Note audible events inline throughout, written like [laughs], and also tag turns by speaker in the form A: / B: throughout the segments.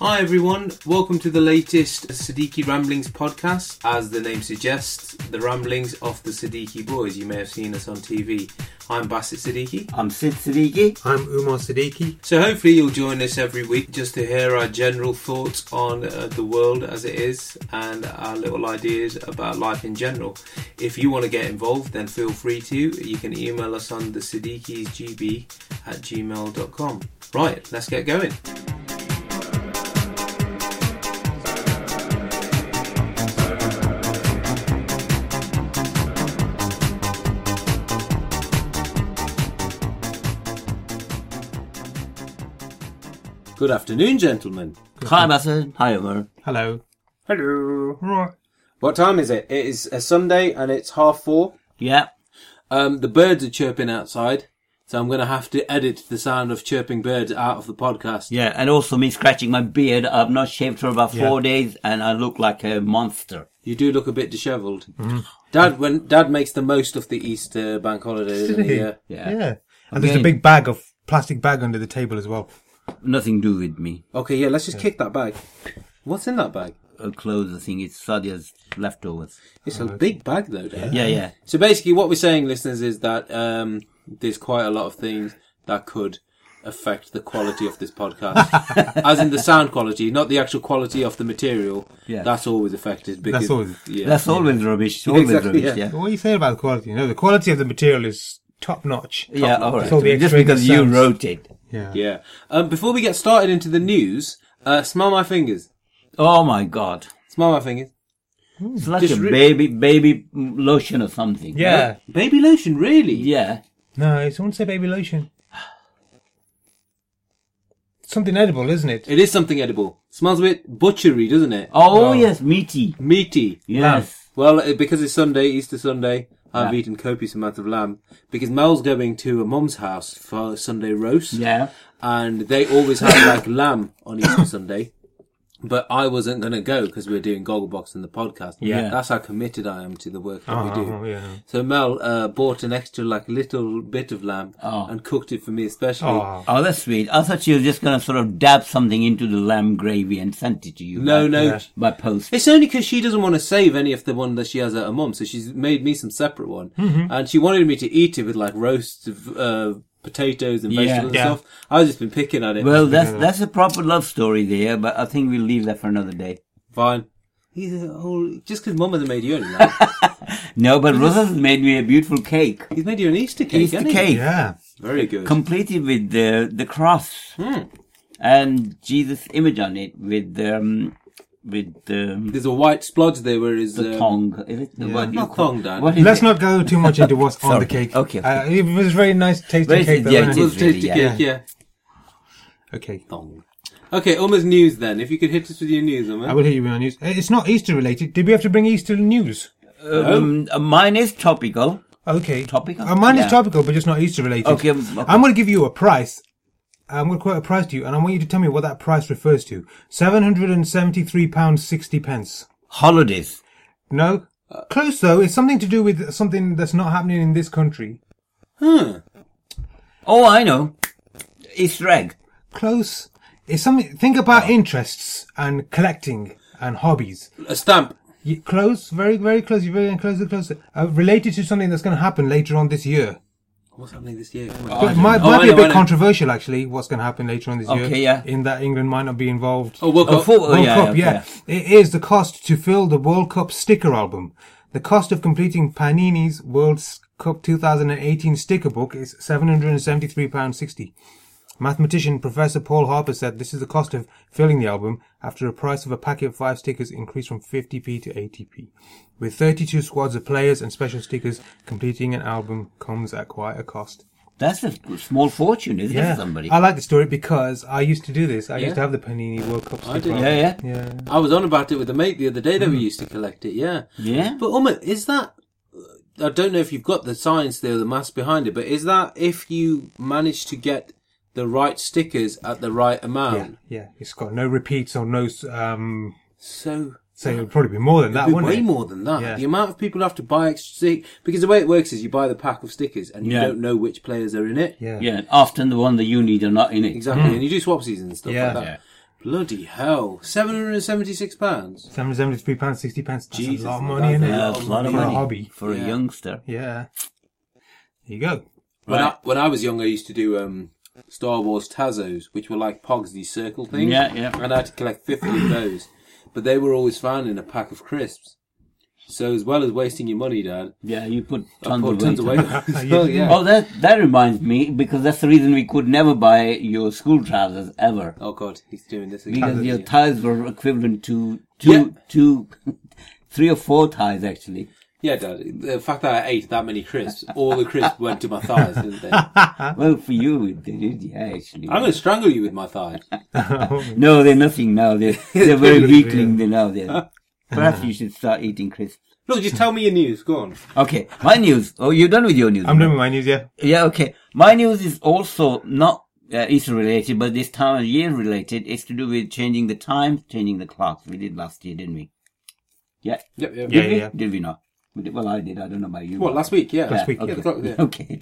A: Hi everyone, welcome to the latest Siddiqui Ramblings podcast. As the name suggests, the ramblings of the Siddiqui boys. You may have seen us on TV. I'm Bassett Siddiqui.
B: I'm Sid Siddiqui.
C: I'm Umar Siddiqui.
A: So hopefully you'll join us every week just to hear our general thoughts on uh, the world as it is and our little ideas about life in general. If you want to get involved, then feel free to. You can email us on the gb at gmail.com. Right, let's get going. Good afternoon, gentlemen.
B: Hi, Bassett. Hi, Omar.
C: Hello. Hello.
A: What time is it? It is a Sunday and it's half four.
B: Yeah.
A: Um, the birds are chirping outside, so I'm going to have to edit the sound of chirping birds out of the podcast.
B: Yeah, and also me scratching my beard. I've not shaved for about
C: Yeah.
B: four days, and I look like a monster.
A: You do look a bit dishevelled.
B: Mm.
A: Dad, when Dad makes the most of the Easter bank holiday, doesn't
B: [laughs]
A: he?
C: he?
A: Yeah.
B: Yeah.
C: Yeah. And there's a
B: Okay.
C: big bag of plastic bag under the table as well.
B: Nothing do with me.
A: Okay, yeah. Let's just kick that bag. What's in that bag?
B: Uh, clothes, I think it's Sadia's leftovers.
A: It's a big bag, though. Dad.
B: Uh, Yeah, yeah.
A: So basically, what we're saying, listeners, is that um, there's quite a lot of things that could affect the quality of this podcast, as in the sound quality, not the actual quality of the material.
B: Yeah.
A: that's always affected. Because,
C: always-
A: Yeah.
B: That's always rubbish. Always
A: Exactly,
B: rubbish,
A: yeah.
B: yeah.
C: What are you saying about the quality? No, the quality of the material is top notch.
B: Yeah, all
C: So the
B: right. Just
C: extra
B: because you
C: sounds.
B: wrote it.
C: Yeah.
A: Yeah. Um, before we get started into the news, uh, smell my fingers.
B: Oh my god.
A: Smell my fingers.
B: It's like
A: Just
B: a
A: re-
B: baby baby lotion or something.
C: Yeah.
A: Baby lotion, really?
B: Yeah.
C: No, someone say baby lotion. [sighs] Something edible, isn't it?
A: It is something edible. Smells a bit butchery, doesn't it?
B: Oh,
C: Oh.
B: yes, meaty.
A: Meaty.
B: Yes.
A: Well, it, because it's Sunday, Easter Sunday, I've
B: Yeah.
A: eaten copious amounts of lamb because Mel's going to a mum's house for Sunday roast.
B: Yeah.
A: and they always have like [coughs] lamb on Easter Sunday. But I wasn't going to go because we were doing Gogglebox and the podcast.
B: Yeah. Uh-huh,
A: That's how committed I am to the work that we do.
C: Oh, yeah.
A: So Mel uh, bought an extra like little bit of lamb
B: Oh.
A: and cooked it for me especially.
C: Oh.
B: Oh, that's sweet. I thought you were just going to sort of dab something into the lamb gravy and send it to you.
A: No,
B: by,
A: no.
C: Yeah.
B: By post.
A: It's only because she doesn't want to save any of the one that she has at her mum, so she's made me some separate one.
B: Mm-hmm.
A: And she wanted me to eat it with like roasts of uh, potatoes and
B: Yeah.
A: vegetables and
C: Yeah.
A: stuff. I've just been picking at it.
B: Well, that's that's a proper love story there, but I think we'll leave that for another day.
A: Fine. He's a whole, just because mum hasn't made you any
B: [laughs]
A: lamb,
B: No, but Rosa's made me a beautiful cake.
A: he's made you an Easter cake.
B: Easter
A: hasn't he?
B: cake.
C: Yeah.
A: Very good.
B: Completed with the, the cross
A: Hmm.
B: and Jesus image on it with um, with um,
A: There's a white splodge there where is
B: the
A: uh,
B: tongue. Is it the what you
A: Not
B: call-
A: tongue, Dan.
B: What is
C: Let's
B: it?
C: not go too much into what's on
B: Sorry.
C: the cake.
B: Okay.
C: Uh, it was very nice tasting
B: Very-
C: cake, though.
B: yeah, it
C: wasn't
B: is. Oh.
A: Well,
B: really,
A: tasty
B: yeah.
A: cake, yeah.
C: Okay.
A: Thong. Okay, Uma's news then. If you could hit us with your news,
C: I
A: Uma.
C: will hear you on news. Uh, It's not Easter related. Did we have to bring Easter news?
B: Um, uh, mine is topical.
C: Okay.
B: Topical?
C: Uh, mine
B: Yeah.
C: is topical, but just not Easter related.
B: Okay, um, okay.
C: I'm going to give you a price. I'm going to quote a price to you, and I want you to tell me what that price refers to. Seven hundred and seventy-three pounds sixty pence.
B: Holidays.
C: No,
B: Uh.
C: close though. It's something to do with something that's not happening in this country.
A: Huh.
B: Oh, I know. Easter egg.
C: Close. It's something. Think about
B: Uh.
C: interests and collecting and hobbies.
A: A stamp.
C: You, close. Very, very close. You're very getting closer, closer. Uh, related to something that's going to happen later on this year.
A: What's happening this year?
C: But it might,
A: Oh, I
C: might be
A: know,
C: a
A: I
C: bit
A: know.
C: controversial, actually, what's going to happen later on this year.
B: Okay, yeah.
C: In that England might not be involved.
A: Oh, World
B: Oh,
A: Cup.
B: for- oh,
C: World
B: yeah,
C: Cup,
B: okay.
C: yeah. It is the cost to fill the World Cup sticker album. The cost of completing Panini's World S- Cup 2018 sticker book is £773.60. Mathematician Professor Paul Harper said this is the cost of filling the album after a price of a packet of five stickers increased from 50p to 80p. With 32 squads of players and special stickers, completing an album comes at quite a cost.
B: That's a small fortune, isn't it,
C: Yeah,
B: for somebody?
C: I like the story because I used to do this. I
A: Yeah.
C: used to have the Panini World Cup
A: I did.
C: sticker album.
B: yeah, yeah.
C: yeah.
A: I was on about it with a mate the other day
C: Hmm.
A: that we used to collect it, yeah.
B: Yeah.
A: But Uma, is that. I don't know if you've got the science there, the maths behind it, but is that if you manage to get the right stickers at the right
C: Yeah,
A: amount?
C: yeah. It's got no repeats or no. s- Um,
A: So.
C: so it'd probably be more than that,
A: It'd be
C: wouldn't
A: way
C: it?
A: more than that.
C: Yeah.
A: The amount of people who have to buy extra stick because the way it works is you buy the pack of stickers and you
B: Yeah.
A: don't know which players are in it.
C: Yeah. Hmm.
B: Yeah, and often the one that you need are not in it.
A: Exactly, and you do swap seasons and stuff
C: Yeah.
A: like that.
B: Yeah.
A: Bloody hell. £776?
C: Seven seventy three pounds sixty pence. That's
A: Jesus,
C: a lot of
A: that's
C: money in
A: a
C: it.
A: lot
B: Yeah,
A: of
B: it's a lot of
C: for
B: money
C: a hobby.
B: for
A: Yeah.
B: a youngster.
C: Yeah. There you go.
A: When,
B: Right.
A: I, when I was young, I used to do um, Star Wars Tazos, which were like Pogs, these circle things.
B: Yeah, yeah.
A: And I had to collect 50 of those. But they were always found in a pack of crisps. So as well as wasting your money, Dad,
B: Yeah, you put
A: I
B: tons
A: put
B: of
A: tons
B: weight.
A: of
B: on
A: weight
B: it.
A: on it as [laughs] well, yeah.
B: Oh, that that reminds me because that's the reason we could never buy your school trousers ever
A: Oh, God, he's doing this again.
B: because your
A: Yeah.
B: thighs were equivalent to two, two, [laughs] three or four thighs actually.
A: Yeah, Dad. The fact that I ate that many crisps, all the crisps went to my thighs, didn't
B: [laughs]
A: they?
B: Well, for you it did, yeah, actually.
A: I'm going to strangle you with my thighs.
B: No, they're nothing now. They're they're very weakling. They now they're. Perhaps you should start eating crisps.
A: Look, just tell me your news. Go on.
B: Okay, my news. Oh, you're done with your news.
C: I'm doing my news, yeah.
B: Yeah, okay. My news is also not uh, Easter related, but this time of year related. It's to do with changing the times, changing the clocks. We did last year, didn't we? Yeah.
A: Yep, yep.
C: Yeah,
B: did we?
C: yeah.
B: Did we not? We did, well, I did. I don't know about you.
A: What, last week? Yeah.
B: Yeah,
A: Last week. Yeah, the clock,
B: Okay.
A: yeah.
B: [laughs]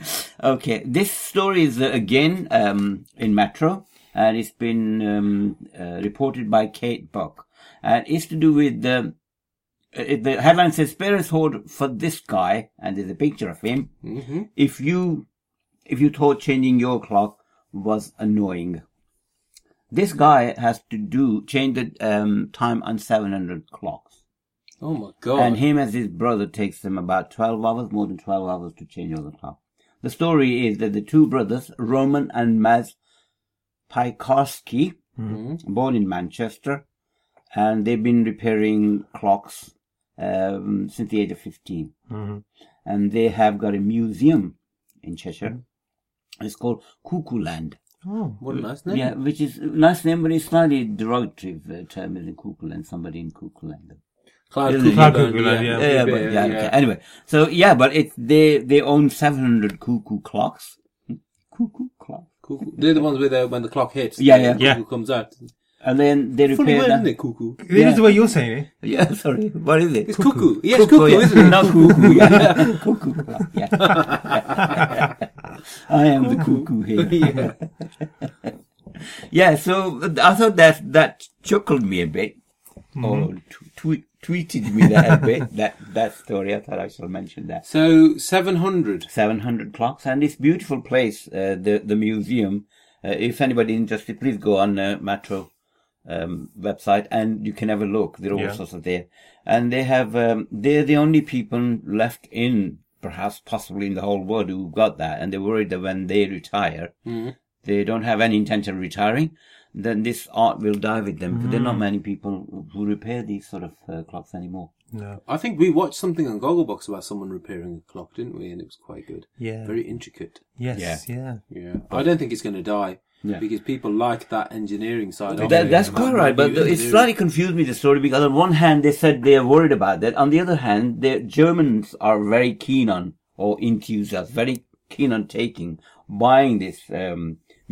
B: okay. Okay. This story is uh, again um, in Metro, and it's been um, uh, reported by Kate Buck, and it's to do with the. uh, the headline says parents hold for this guy, and there's a picture of him. Mm-hmm. If you, if you thought changing your clock was annoying, this guy has to do change the um, time on 700 clocks.
A: Oh, my God.
B: And him as his brother takes them about 12 hours, more than 12 hours to change all the clock. The story is that the two brothers, Roman and Maz Pykowski, born in Manchester, and they've been repairing clocks um, since the age of 15. And they have got a museum in Cheshire. It's called Cuckoo Land.
C: Oh.
A: what a nice name.
B: Yeah, which is a nice name, but it's slightly derogatory uh, term in Cuckoo Land, somebody in Cuckoo Land.
A: Cloud
B: Yeah,
A: Cuckoo
B: Cloud
A: Land,
C: Cuckoo Land,
A: yeah.
C: yeah.
B: yeah, yeah, but, yeah, okay. Anyway, so yeah, but it they they own seven hundred cuckoo clocks. Hmm? Cuckoo clock.
A: Cuckoo. They're the ones where the, when the clock hits.
B: Yeah, yeah.
A: the
C: Yeah.
A: Cuckoo comes out.
B: And then they
A: Funny
B: repair
A: word,
B: that.
A: isn't it, Cuckoo?
C: It is the way you're saying it.
B: [laughs] Yeah, sorry. What is it?
A: It's Cuckoo. Yes, Cuckoo,
B: yeah.
A: isn't it?
B: Not cuckoo. [laughs]
A: [laughs]
B: Yeah. cuckoo clock. Yeah. [laughs] I am the cuckoo here.
A: yeah.
B: Yeah, so I thought that that chuckled me a bit,
A: Mm-hmm.
B: or tw- tw- tweeted me that a bit. That that story. I thought I shall mention that.
A: So, 700.
B: 700 clocks and this beautiful place uh, the the museum uh, if anybody interested please go on uh, metro um, website and you can have a look there are all
C: Yeah.
B: sorts of there and they have um, they're the only people left in perhaps possibly in the whole world who got that and they're worried that when they retire they don't have any intention of retiring then this art will die with them 'cause there are not many people who repair these sort of uh, clocks anymore
C: No.
A: I think we watched something on Gogglebox about someone repairing a clock, didn't we? And it was quite good.
C: Yeah.
A: Very intricate.
C: Yes. Yeah.
A: Yeah. I don't think it's going to die.
B: Yeah.
A: Because people like that engineering side of
B: That,
A: it.
B: that's quite right, but
A: You
B: it's
A: do.
B: slightly confused me the story because on one hand they said they are worried about that, on the other hand the Germans are very keen on or enthusiasts very keen on taking buying this um,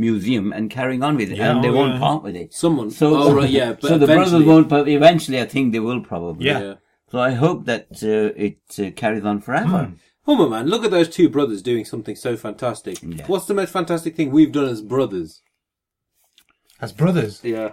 B: museum and carrying on with it,
C: Yeah,
B: and they
C: oh,
B: won't
C: yeah.
B: part with it.
A: Someone.
B: So,
A: oh, right, yeah. But
B: [laughs] so the
A: eventually-
B: brothers won't. But eventually, I think they will probably.
C: Yeah.
B: So I hope that uh, it uh, carries on forever.
A: Oh my man, look at those two brothers doing something so fantastic.
B: Yeah.
A: What's the most fantastic thing we've done as brothers?
C: As brothers,
A: Yeah.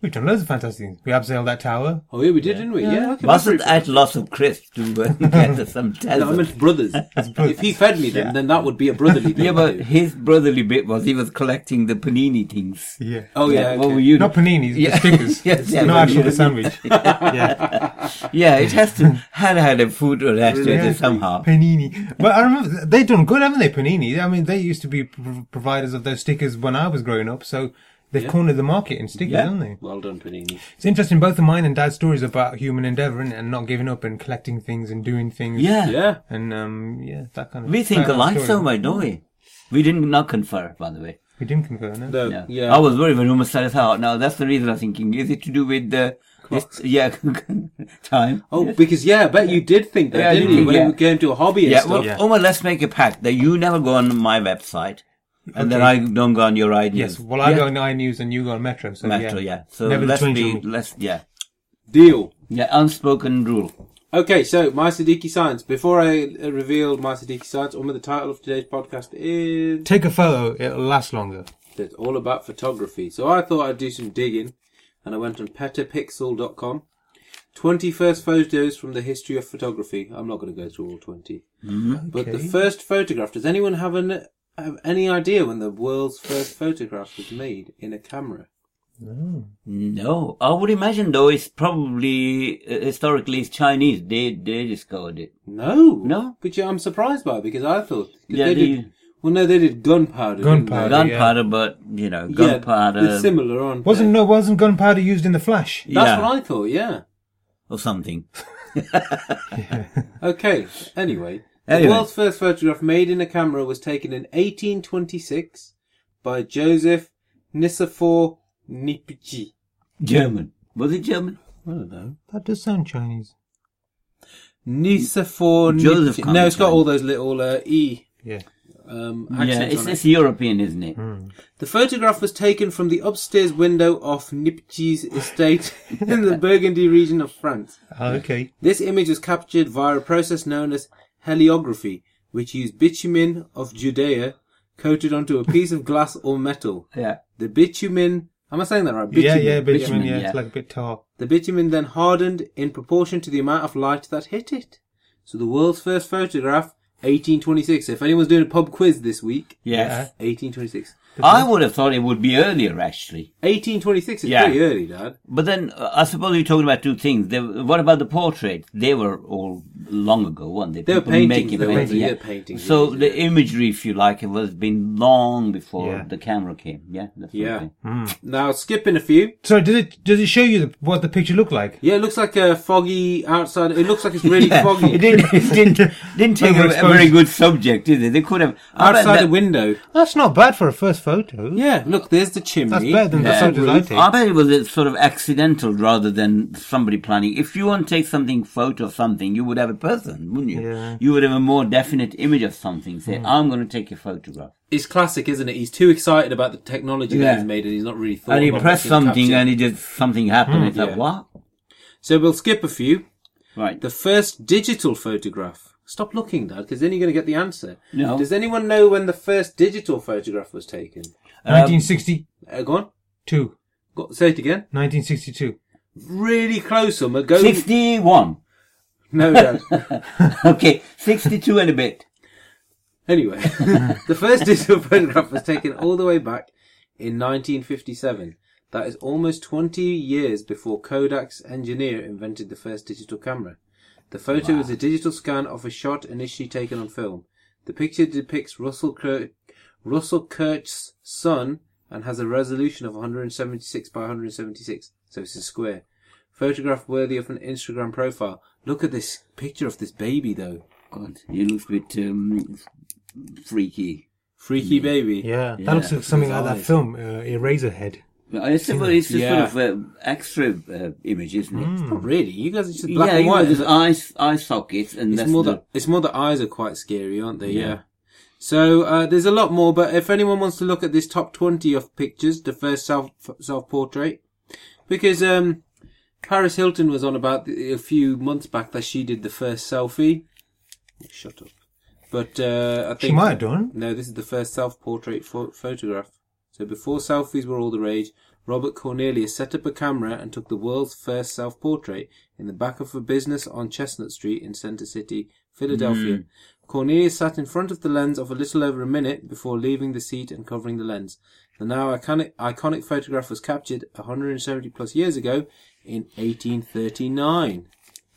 C: we've done loads of fantastic things. We abseiled that tower.
A: Oh yeah, we did, didn't we? Yeah. okay, that's
B: Mustn't
A: pretty-
B: add lots of crisps to uh, [laughs] get
A: [laughs]
B: some
A: No, I
B: tessels.
A: meant
B: [laughs]
A: brothers. if he fed me them, then that would be a brotherly thing.
B: Yeah,
A: to [laughs]
B: but
A: do.
B: his brotherly bit was he was collecting the panini things.
C: Yeah.
A: oh yeah, okay.
B: What were you?
C: Not paninis,
B: Yeah.
C: but stickers.
B: Yes, yeah,
C: no
B: but
C: actual
B: you-
C: sandwich. yeah.
B: Yeah,
C: [laughs]
B: it has to had had a food or
C: Yeah.
B: restaurant somehow.
C: Panini. But I remember they've done good, haven't they? Panini. I mean, they used to be pr- providers of those stickers when I was growing up. So they've cornered the market in stickers,
B: Yeah.
C: haven't they?
A: Well done, Panini.
C: It's interesting. Both of mine and Dad's stories about human endeavour innit, and not giving up and collecting things and doing things.
B: Yeah.
A: Yeah.
C: And um, yeah, that kind of.
B: We think
C: that
B: alike
C: story.
B: so much, don't we? We didn't not confer, by the way.
C: We didn't confer, no.
A: No,
B: Yeah.
A: yeah.
B: I was worried when Uma started out. Now that's the reason I'm thinking. Is it to do with the this, yeah [laughs] time?
A: Oh, because yeah, I bet you did think that,
B: Yeah, I
A: didn't
B: did,
A: you? When
B: yeah.
A: we came to a hobby and
B: Yeah,
A: stuff.
B: well,
C: Yeah.
B: Uma, let's make a pact that you never go on my website, and then
C: Okay.
B: I don't go on your ideas.
C: Yes. Well, I
B: yeah.
C: go on iNews and you go on Metro. So
B: Metro, yeah. So
C: Never
B: let's
C: change
B: be
C: on me.
B: let's yeah
A: Deal.
B: yeah unspoken rule.
A: Okay, so my Siddiqui science. Before I uh, reveal my Siddiqui science, remember the title of today's podcast is
C: Take a photo; it'll last longer.
A: it's all about photography. So I thought I'd do some digging and I went on petapixel.com. 20 first photos from the history of photography. I'm not going to go through all 20.
B: Mm,
A: But the
C: Okay.
A: first photograph, does anyone have, an, have any idea when the world's first photograph was made in a camera?
B: Oh. No, I would imagine though it's probably uh, historically it's Chinese. They they discovered it.
A: No.
B: No?
A: But yeah, I'm surprised by it because I thought. 'cause
B: Yeah,
A: they
B: they-
A: did, well, no, they did gunpowder. didn't Uh, they?
C: Gunpowder. Gun-
B: Gunpowder, but you know,
A: Yeah,
B: gunpowder
A: it's similar on.
C: Wasn't no wasn't gunpowder used in the Flash?
A: That's
B: Yeah.
A: what I thought, yeah.
B: or something.
A: Okay, anyway. The
B: Anyway.
A: world's first photograph made in a camera was taken in 1826 by Joseph Nisafor Nipichi.
B: German. Was it German?
A: I don't know.
C: That does sound Chinese.
A: Nisafor
B: Joseph
A: Nipichi. No, it's got
B: Kamen.
A: all those little uh, E
C: Yeah.
A: um,
B: yeah,
A: accents
B: it's,
A: on it.
B: it's European, isn't it?
A: The photograph was taken from the upstairs window of Nipchi's estate [laughs] in
B: [laughs]
A: the Burgundy region of France.
C: Okay.
A: This image was captured via a process known as heliography, which used bitumen of Judea coated onto a piece of glass or metal.
B: Yeah.
A: The bitumen, am I saying that right?
C: yeah, yeah,
B: bitumen,
C: bitumen, yeah,
B: yeah.
C: it's like a bit tar.
A: The bitumen then hardened in proportion to the amount of light that hit it. So the world's first photograph, 1826. If anyone's doing a pub quiz this week,
B: Yes.
A: 1826.
B: I would have thought it would be earlier actually.
A: 1826 is
B: Yeah.
A: pretty early, Dad.
B: But then uh, I suppose you're talking about two things. They, what about the portraits? They were all long ago, weren't they?
A: They were
B: People
A: paintings, they were
B: paintings,
A: yeah, paintings,
B: So
A: yeah.
B: the imagery, if you like, it was been long before
C: Yeah.
B: the camera came. Yeah. That's what I'm
A: Yeah.
B: saying.
A: Now, skipping a few.
C: So does it does it show you the, what the picture looked like?
A: Yeah, it looks like a foggy outside. It looks like it's really
B: [laughs] Yeah,
A: foggy.
B: It didn't, it didn't, didn't take a, a
C: Overexposed.
B: very good subject, did it? They could have. I bet
A: Outside the
B: that-
A: window.
C: That's not bad for a first photo.
A: Yeah, look, there's the chimney.
C: That's better than
B: Yeah.
C: the photos I take.
B: I bet it was a sort of accidental rather than somebody planning. If you want to take something, photo of something, you would have a person, wouldn't you?
C: Yeah.
B: You would have a more definite image of something. Say, I'm going to take a photograph.
A: It's classic, isn't it? He's too excited about the technology that
B: Yeah.
A: he's made and he's not really thought
B: And he
A: about
B: pressed
A: what's gonna
B: something
A: capture.
B: and it just, something happened. it's
A: Yeah.
B: like, what?
A: So we'll skip a few.
B: Hmm. Right.
A: The first digital photograph. Stop looking, Dad, because then you're going to get the answer.
B: No.
A: Does anyone know when the first digital photograph was taken?
C: 1962.
A: Uh, go on. Go, say it again.
C: 1962.
A: Really close, Summer. Go.
B: 61.
A: No, Dad.
B: [laughs] okay. 62 and a bit.
A: Anyway, [laughs] the first digital photograph was taken all the way back in 1957. That is almost 20 years before Kodak's engineer invented the first digital camera. The photo is a digital scan of a shot initially taken on film. The picture depicts Russell, Kir- Russell Kirch's son and has a resolution of 176 by 176, so it's a square. Photograph worthy of an Instagram profile. Look at this picture of this baby though.
B: God, you look a bit um, freaky.
A: Freaky baby.
C: Yeah,
B: Yeah,
C: that looks like something out of that
A: eyes.
C: film, uh, Eraserhead.
B: I suppose it's a
A: Yeah.
B: sort of uh, extra uh, image, isn't it?
A: Not really. Hmm. You guys are just black
B: Yeah,
A: and
B: you know,
A: white.
B: there's eye, eye sockets and
A: it's
B: that's
A: more
B: the-
A: that it's more the eyes are quite scary, aren't they? Yeah. So uh, there's a lot more, but if anyone wants to look at this top twenty of pictures, the first self self portrait, because um, Paris Hilton was on about the, a few months back that she did the first selfie. Shut up. But uh, I think
C: She might have done.
A: no, this is the first self-portrait pho- photograph. So before selfies were all the rage, Robert Cornelius set up a camera and took the world's first self-portrait in the back of a business on Chestnut Street in Center City, Philadelphia. Cornelius sat in front of the lens of a little over a minute before leaving the seat and covering the lens. The now iconic, iconic photograph was captured 170 plus years ago in 1839.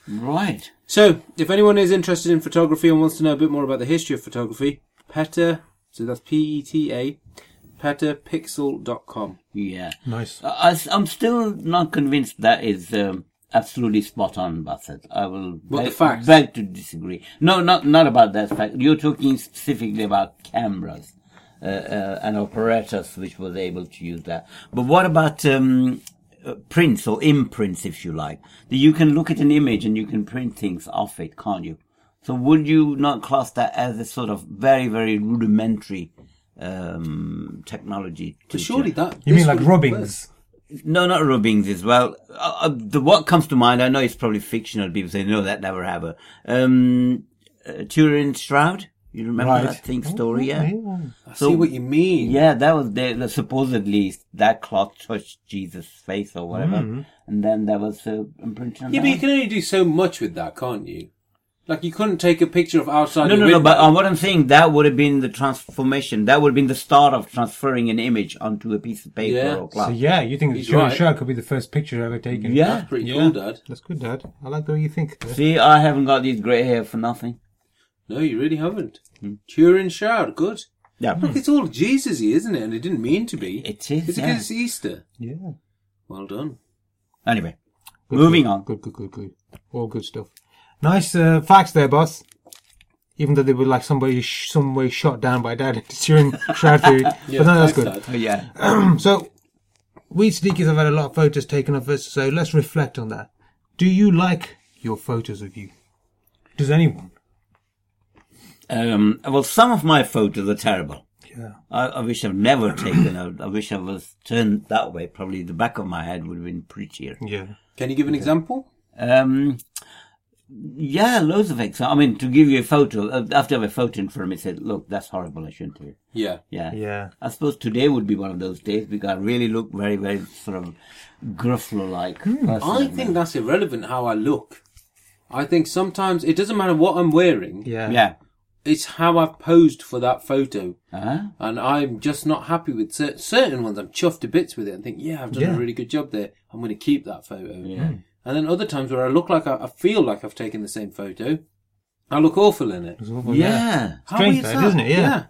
B: Right.
A: So, if anyone is interested in photography and wants to know a bit more about the history of photography, Peta, so that's E P-E-T-A, petapixel.com.
B: Yeah.
C: Nice.
B: I, am still not convinced that is um, absolutely spot on, Bassett. I will
A: What, the
B: beg,
A: facts?
B: beg to disagree. No, not not about that fact. You're talking specifically about cameras uh, uh, and apparatus which was able to use that. But what about um, uh, prints or imprints, if you like? You can look at an image and you can print things off it, can't you? So would you not class that as a sort of very, very rudimentary um, technology? to-
A: But surely that...
C: You mean
A: this
C: like
A: would-
C: Robbins?
B: no, not Rubbings as well. Uh, uh, the what comes to mind, I know it's probably fictional. People say no, that never happened. Um, uh, Turin Shroud. You remember
C: Right.
B: that thing story? Yeah.
A: Oh, I
B: So-
A: see what you mean.
B: Yeah, that was the, the supposedly that cloth touched Jesus' face or whatever, and then there was uh, imprint on
A: Mm-hmm. Yeah,
B: that
A: but you
B: one.
A: can only do so much with that, can't you? Like you couldn't take a picture of outside.
B: No,
A: your
B: no, no.
A: window.
B: But uh, what I'm saying, that would have been the transformation. That would have been the start of transferring an image onto a piece of paper
A: Yeah.
B: or
C: So
B: glass.
C: yeah, you think the
A: He's
C: Shooting
A: right.
C: Shark could be the first picture ever taken?
B: Yeah.
A: that's pretty
C: Yeah.
A: cool, Dad.
C: That's good, Dad. I like the way you think.
B: See, I haven't got these grey hair for nothing.
A: No, you really haven't. Turin shroud, good.
B: Yeah,
A: Look, it's all Jesusy, isn't it? And Hmm. it didn't mean to be.
B: it is.
A: It's
B: yeah.
A: because it's Easter.
C: Yeah.
A: Well done.
B: Anyway, moving
C: good.
B: on.
C: Good, good, good, good. All good stuff. Nice uh, facts there, boss. Even though they were like somebody sh- some way shot down by dad [laughs] during shroud [laughs] theory, but no, that's
A: thanks,
C: good.
A: Dad.
B: Oh, yeah.
C: [clears throat] So, we sneakers have had a lot of photos taken of us, so let's reflect on that. Do you like your photos of you? Does anyone?
B: Um, well, some of my photos are terrible.
C: Yeah.
B: I, I wish I've never [coughs] taken. I, I wish I was turned that way. Probably the back of my head would have been prettier.
C: Yeah.
A: Can you give an example?
B: Um, yeah, loads of ex. I mean, to give you a photo, uh, after I have a photo in front of me, said, "Look, that's horrible. I shouldn't do it."
A: Yeah.
B: Yeah.
C: Yeah.
B: I suppose today would be one of those days because I really look very, very sort of gruffalo like.
A: I think that's irrelevant how I look. I think sometimes it doesn't matter what I'm wearing.
C: Yeah.
B: Yeah.
A: It's how I've posed for that photo.
B: Uh-huh.
A: And I'm just not happy with cer- certain ones. I'm chuffed to bits with it and think, yeah, I've done
C: Yeah. Hmm.
A: a really good job there. I'm going to keep that photo. And then other times where I look like I, I feel like I've taken the same photo, I look awful in it.
C: It's awful,
B: yeah.
A: How
C: Strange
A: weird's
C: though,
A: that?
C: isn't it? Yeah.
B: Uh,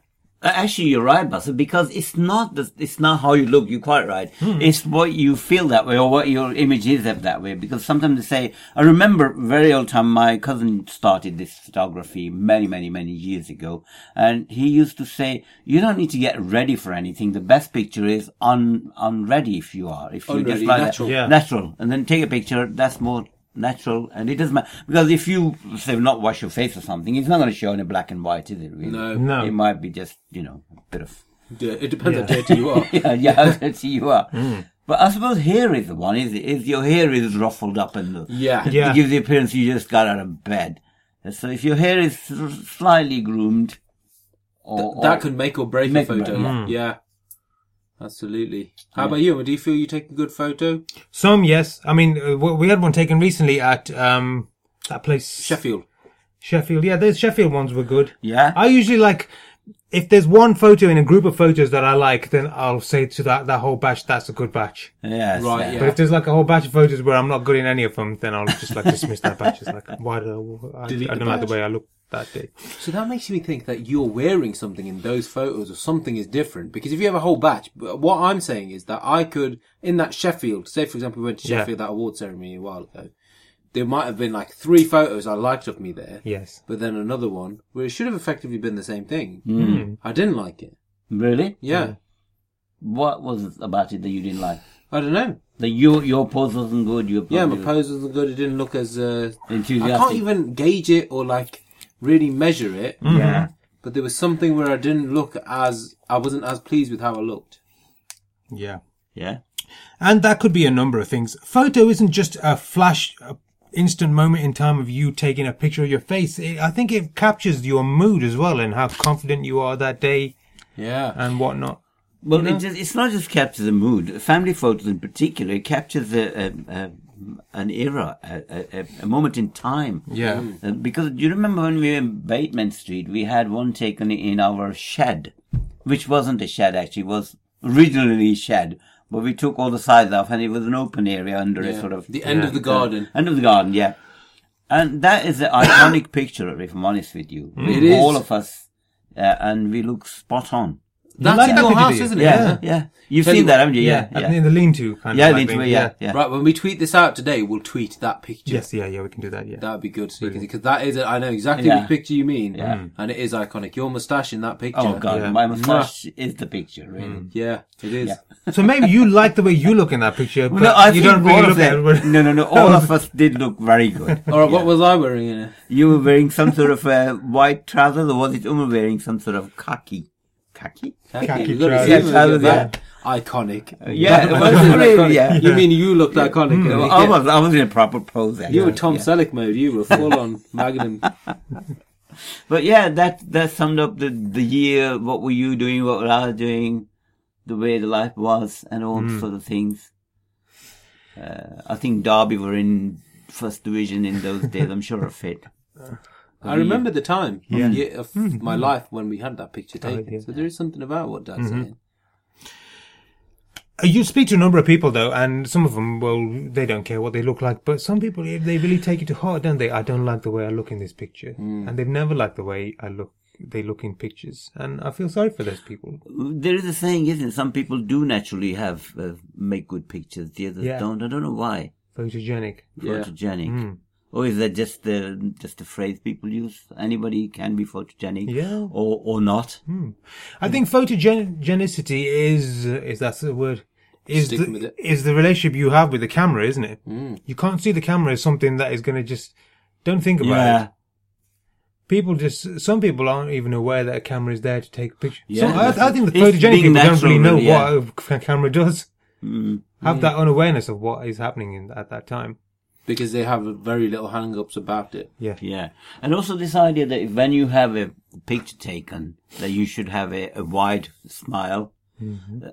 B: Actually, you're right, Basil, because it's not the, it's not how you look. You're quite right.
A: Hmm.
B: It's what you feel that way, or what your image is of that way. Because sometimes they say, I remember very old time. My cousin started this photography many, many, many years ago, and he used to say, "You don't need to get ready for anything. The best picture is un unready if you are. If you just
A: Unready,
B: like that-
A: natural.
C: Yeah.
B: natural, and then take a picture. That's more." Natural, and it doesn't matter because if you say not wash your face or something, it's not going to show in a black and white, is it? Really?
A: No.
C: No.
B: It might be just, you know, a bit of, [laughs]
A: Yeah, It depends how dirty you are.
B: yeah, yeah, [laughs] that's who you are.
C: Mm.
B: But I suppose hair is the one, is it? If your hair is ruffled up
A: [laughs]
B: and
A: Yeah.
C: Yeah.
B: it gives the appearance you just got out of bed. And So if your hair is sl- slightly groomed, or,
A: that
B: or-
A: could make or break
B: Make
A: a
B: or break,
A: photo.
B: yeah.
C: Hmm.
A: yeah. Absolutely. How about you? Emma? Do you feel you take a good photo?
C: Some, yes. I mean, uh, we we had one taken recently at um that place,
A: Sheffield.
C: Sheffield. Yeah, those Sheffield ones were good.
B: yeah,
C: I usually like if there's one photo in a group of photos that I like, then I'll say to that that whole batch, that's a good batch.
B: yes,
A: Right,
B: yeah.
C: But if there's like a whole batch of photos where I'm not good in any of them, then I'll just like dismiss that batch. It's like why do I? I, I
A: Delete
C: don't
A: the
C: like the
A: batch.
C: way I look that day.
A: So that makes me think that you're wearing something in those photos or something is different. Because if you have a whole batch, but what I'm saying is that I could, in that Sheffield, say for example, we went to
C: Yeah.
A: Sheffield, that award ceremony a while ago, there might have been like three photos I liked of me there,
C: Yes.
A: but then another one where it should have effectively been the same thing. Mm. I didn't like it.
B: Really?
A: Yeah.
B: What was it about it that you didn't like?
A: I don't know.
B: That your your pose wasn't good. Your
A: Yeah, my
B: pose
A: pose wasn't good. It didn't look as uh,
B: enthusiastic.
A: I can't even gauge it or like really measure it.
C: Mm-hmm.
B: Yeah.
A: But there was something where I didn't look as I wasn't as pleased with how I looked.
C: Yeah.
B: Yeah.
C: And that could be a number of things. Photo isn't just a flash, a instant moment in time of you taking a picture of your face. It, I think it captures your mood as well and how confident you are that day
A: Yeah.
C: and whatnot.
B: Well, it just, it's not just captures the mood. Family photos, in particular, it captures a, a, a, an era, a, a- a, a moment in time.
C: Yeah.
B: Uh, because do you remember when we were in Bateman Street, we had one taken in our shed, which wasn't a shed actually, it was originally a shed, but we took all the sides off and it was an open area under a
A: Yeah.
B: sort of
A: The end of the garden.
B: end of the garden, yeah. And that is an iconic [coughs] picture, if I'm honest with you.
C: Mm.
B: with
A: It
B: all
A: is.
B: of us, uh, and we look spot on.
A: That's
C: like
A: in
C: that
A: your
C: picture,
A: house,
C: do you?
A: isn't it?
B: Yeah, yeah. You've
A: Tell
B: seen
A: you
B: that,
A: what-
B: haven't you?
C: Yeah.
B: Yeah,
C: I mean, the lean-to kind
B: yeah,
C: of.
B: Lin
C: like
B: Tui,
C: thing.
B: yeah, yeah.
A: Right, when we tweet this out today, we'll tweet that picture.
C: Yes. Yeah. Yeah. We can do that. Yeah.
A: That would be good because that is, I know exactly
B: Yeah.
A: which picture you mean,
B: Yeah.
C: Mm.
A: and it is iconic. Your moustache in that picture.
B: Oh god,
C: Yeah.
B: my mustache is the picture, really.
C: Mm.
A: Yeah, it is.
B: Yeah.
C: so maybe you like the way you look in that picture, but
B: No, I
C: you
B: think
C: don't really
B: all
C: look
B: of
C: at
B: them.
C: everybody.
B: No, no, no. All
C: [laughs]
B: of us did look very good.
A: All right, what was I wearing in it?
B: You were wearing some sort of uh, white trousers, or was it Uma wearing some sort of khaki? Khaki?
C: Khaki
A: You've got to
C: trousers.
A: see it.
B: Yeah,
A: Look at
B: trousers,
A: that. Iconic.
B: Yeah, it was
A: Iconic. [laughs]
B: really, yeah.
A: You mean you looked iconic?
C: Mm.
A: Oh,
B: No,
A: didn't
B: I
A: you?
B: was, I was in a proper pose. Actually.
A: [laughs] You were Tom Selleck mode. You were full on Magnum.
B: but yeah, that that summed up the the year. What were you doing? What were I doing? The way the life was, and all
C: Hmm.
B: sort of things. Uh, I think Derby were in first division in those days. I'm sure of it.
A: I remember the time of, ye- of
C: Hmm.
A: my life when we had that picture
C: Oh,
A: taken. So there is something about what Dad's
C: Mm-hmm.
A: saying.
C: Uh, You speak to a number of people though, and some of them, well, they don't care what they look like, but some people, eh, they really take it to heart, don't they? I don't like the way I look in this picture,
B: Mm.
C: and they've never liked the way I look. They look in pictures, and I feel sorry for those people.
B: There is a saying, isn't it? Some people do naturally have uh, make good pictures. The others
C: Yeah. Hmm.
B: don't. I don't know why.
C: Photogenic.
A: Yeah.
B: Photogenic. Or is that just the just a phrase people use? Anybody can be photogenic,
C: Yeah. Hmm.
B: or or not. Mm.
C: I think photogenicity is uh, is that's the word is
A: Stick with
C: the,
A: it.
C: is the relationship you have with the camera, isn't it?
B: Mm.
C: You can't see the camera as something that is going to just don't think about
B: Yeah,
C: it. People just some people aren't even aware that a camera is there to take a picture.
B: Yeah,
C: Some- I, I think the
B: it's
C: photogenic
B: being
C: people don't really
B: natural,
C: know
B: really, yeah.
C: what a c- camera does.
B: Mm.
C: Have that unawareness of what is happening in, at that time.
A: Because they have very little hang ups about it.
C: Yeah.
B: yeah. And also this idea that if- when you have a picture taken, that you should have a, a wide smile.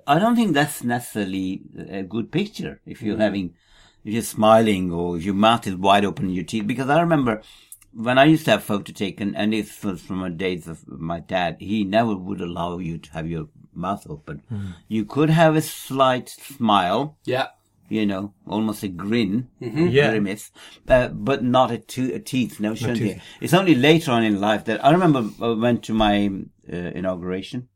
B: I don't think that's necessarily a good picture if you're having, if you're smiling or if your mouth is wide open, your teeth. Because I remember when I used to have photo taken, and it was from the days of my dad, he never would allow you to have your mouth open. You could have a slight smile,
A: Yeah.
B: you know, almost a grin,
C: Yeah.
B: grimace, uh, but not a, to- a teeth, no shouldn't
C: teeth.
B: it? It's only later on in life that I remember I went to my uh, inauguration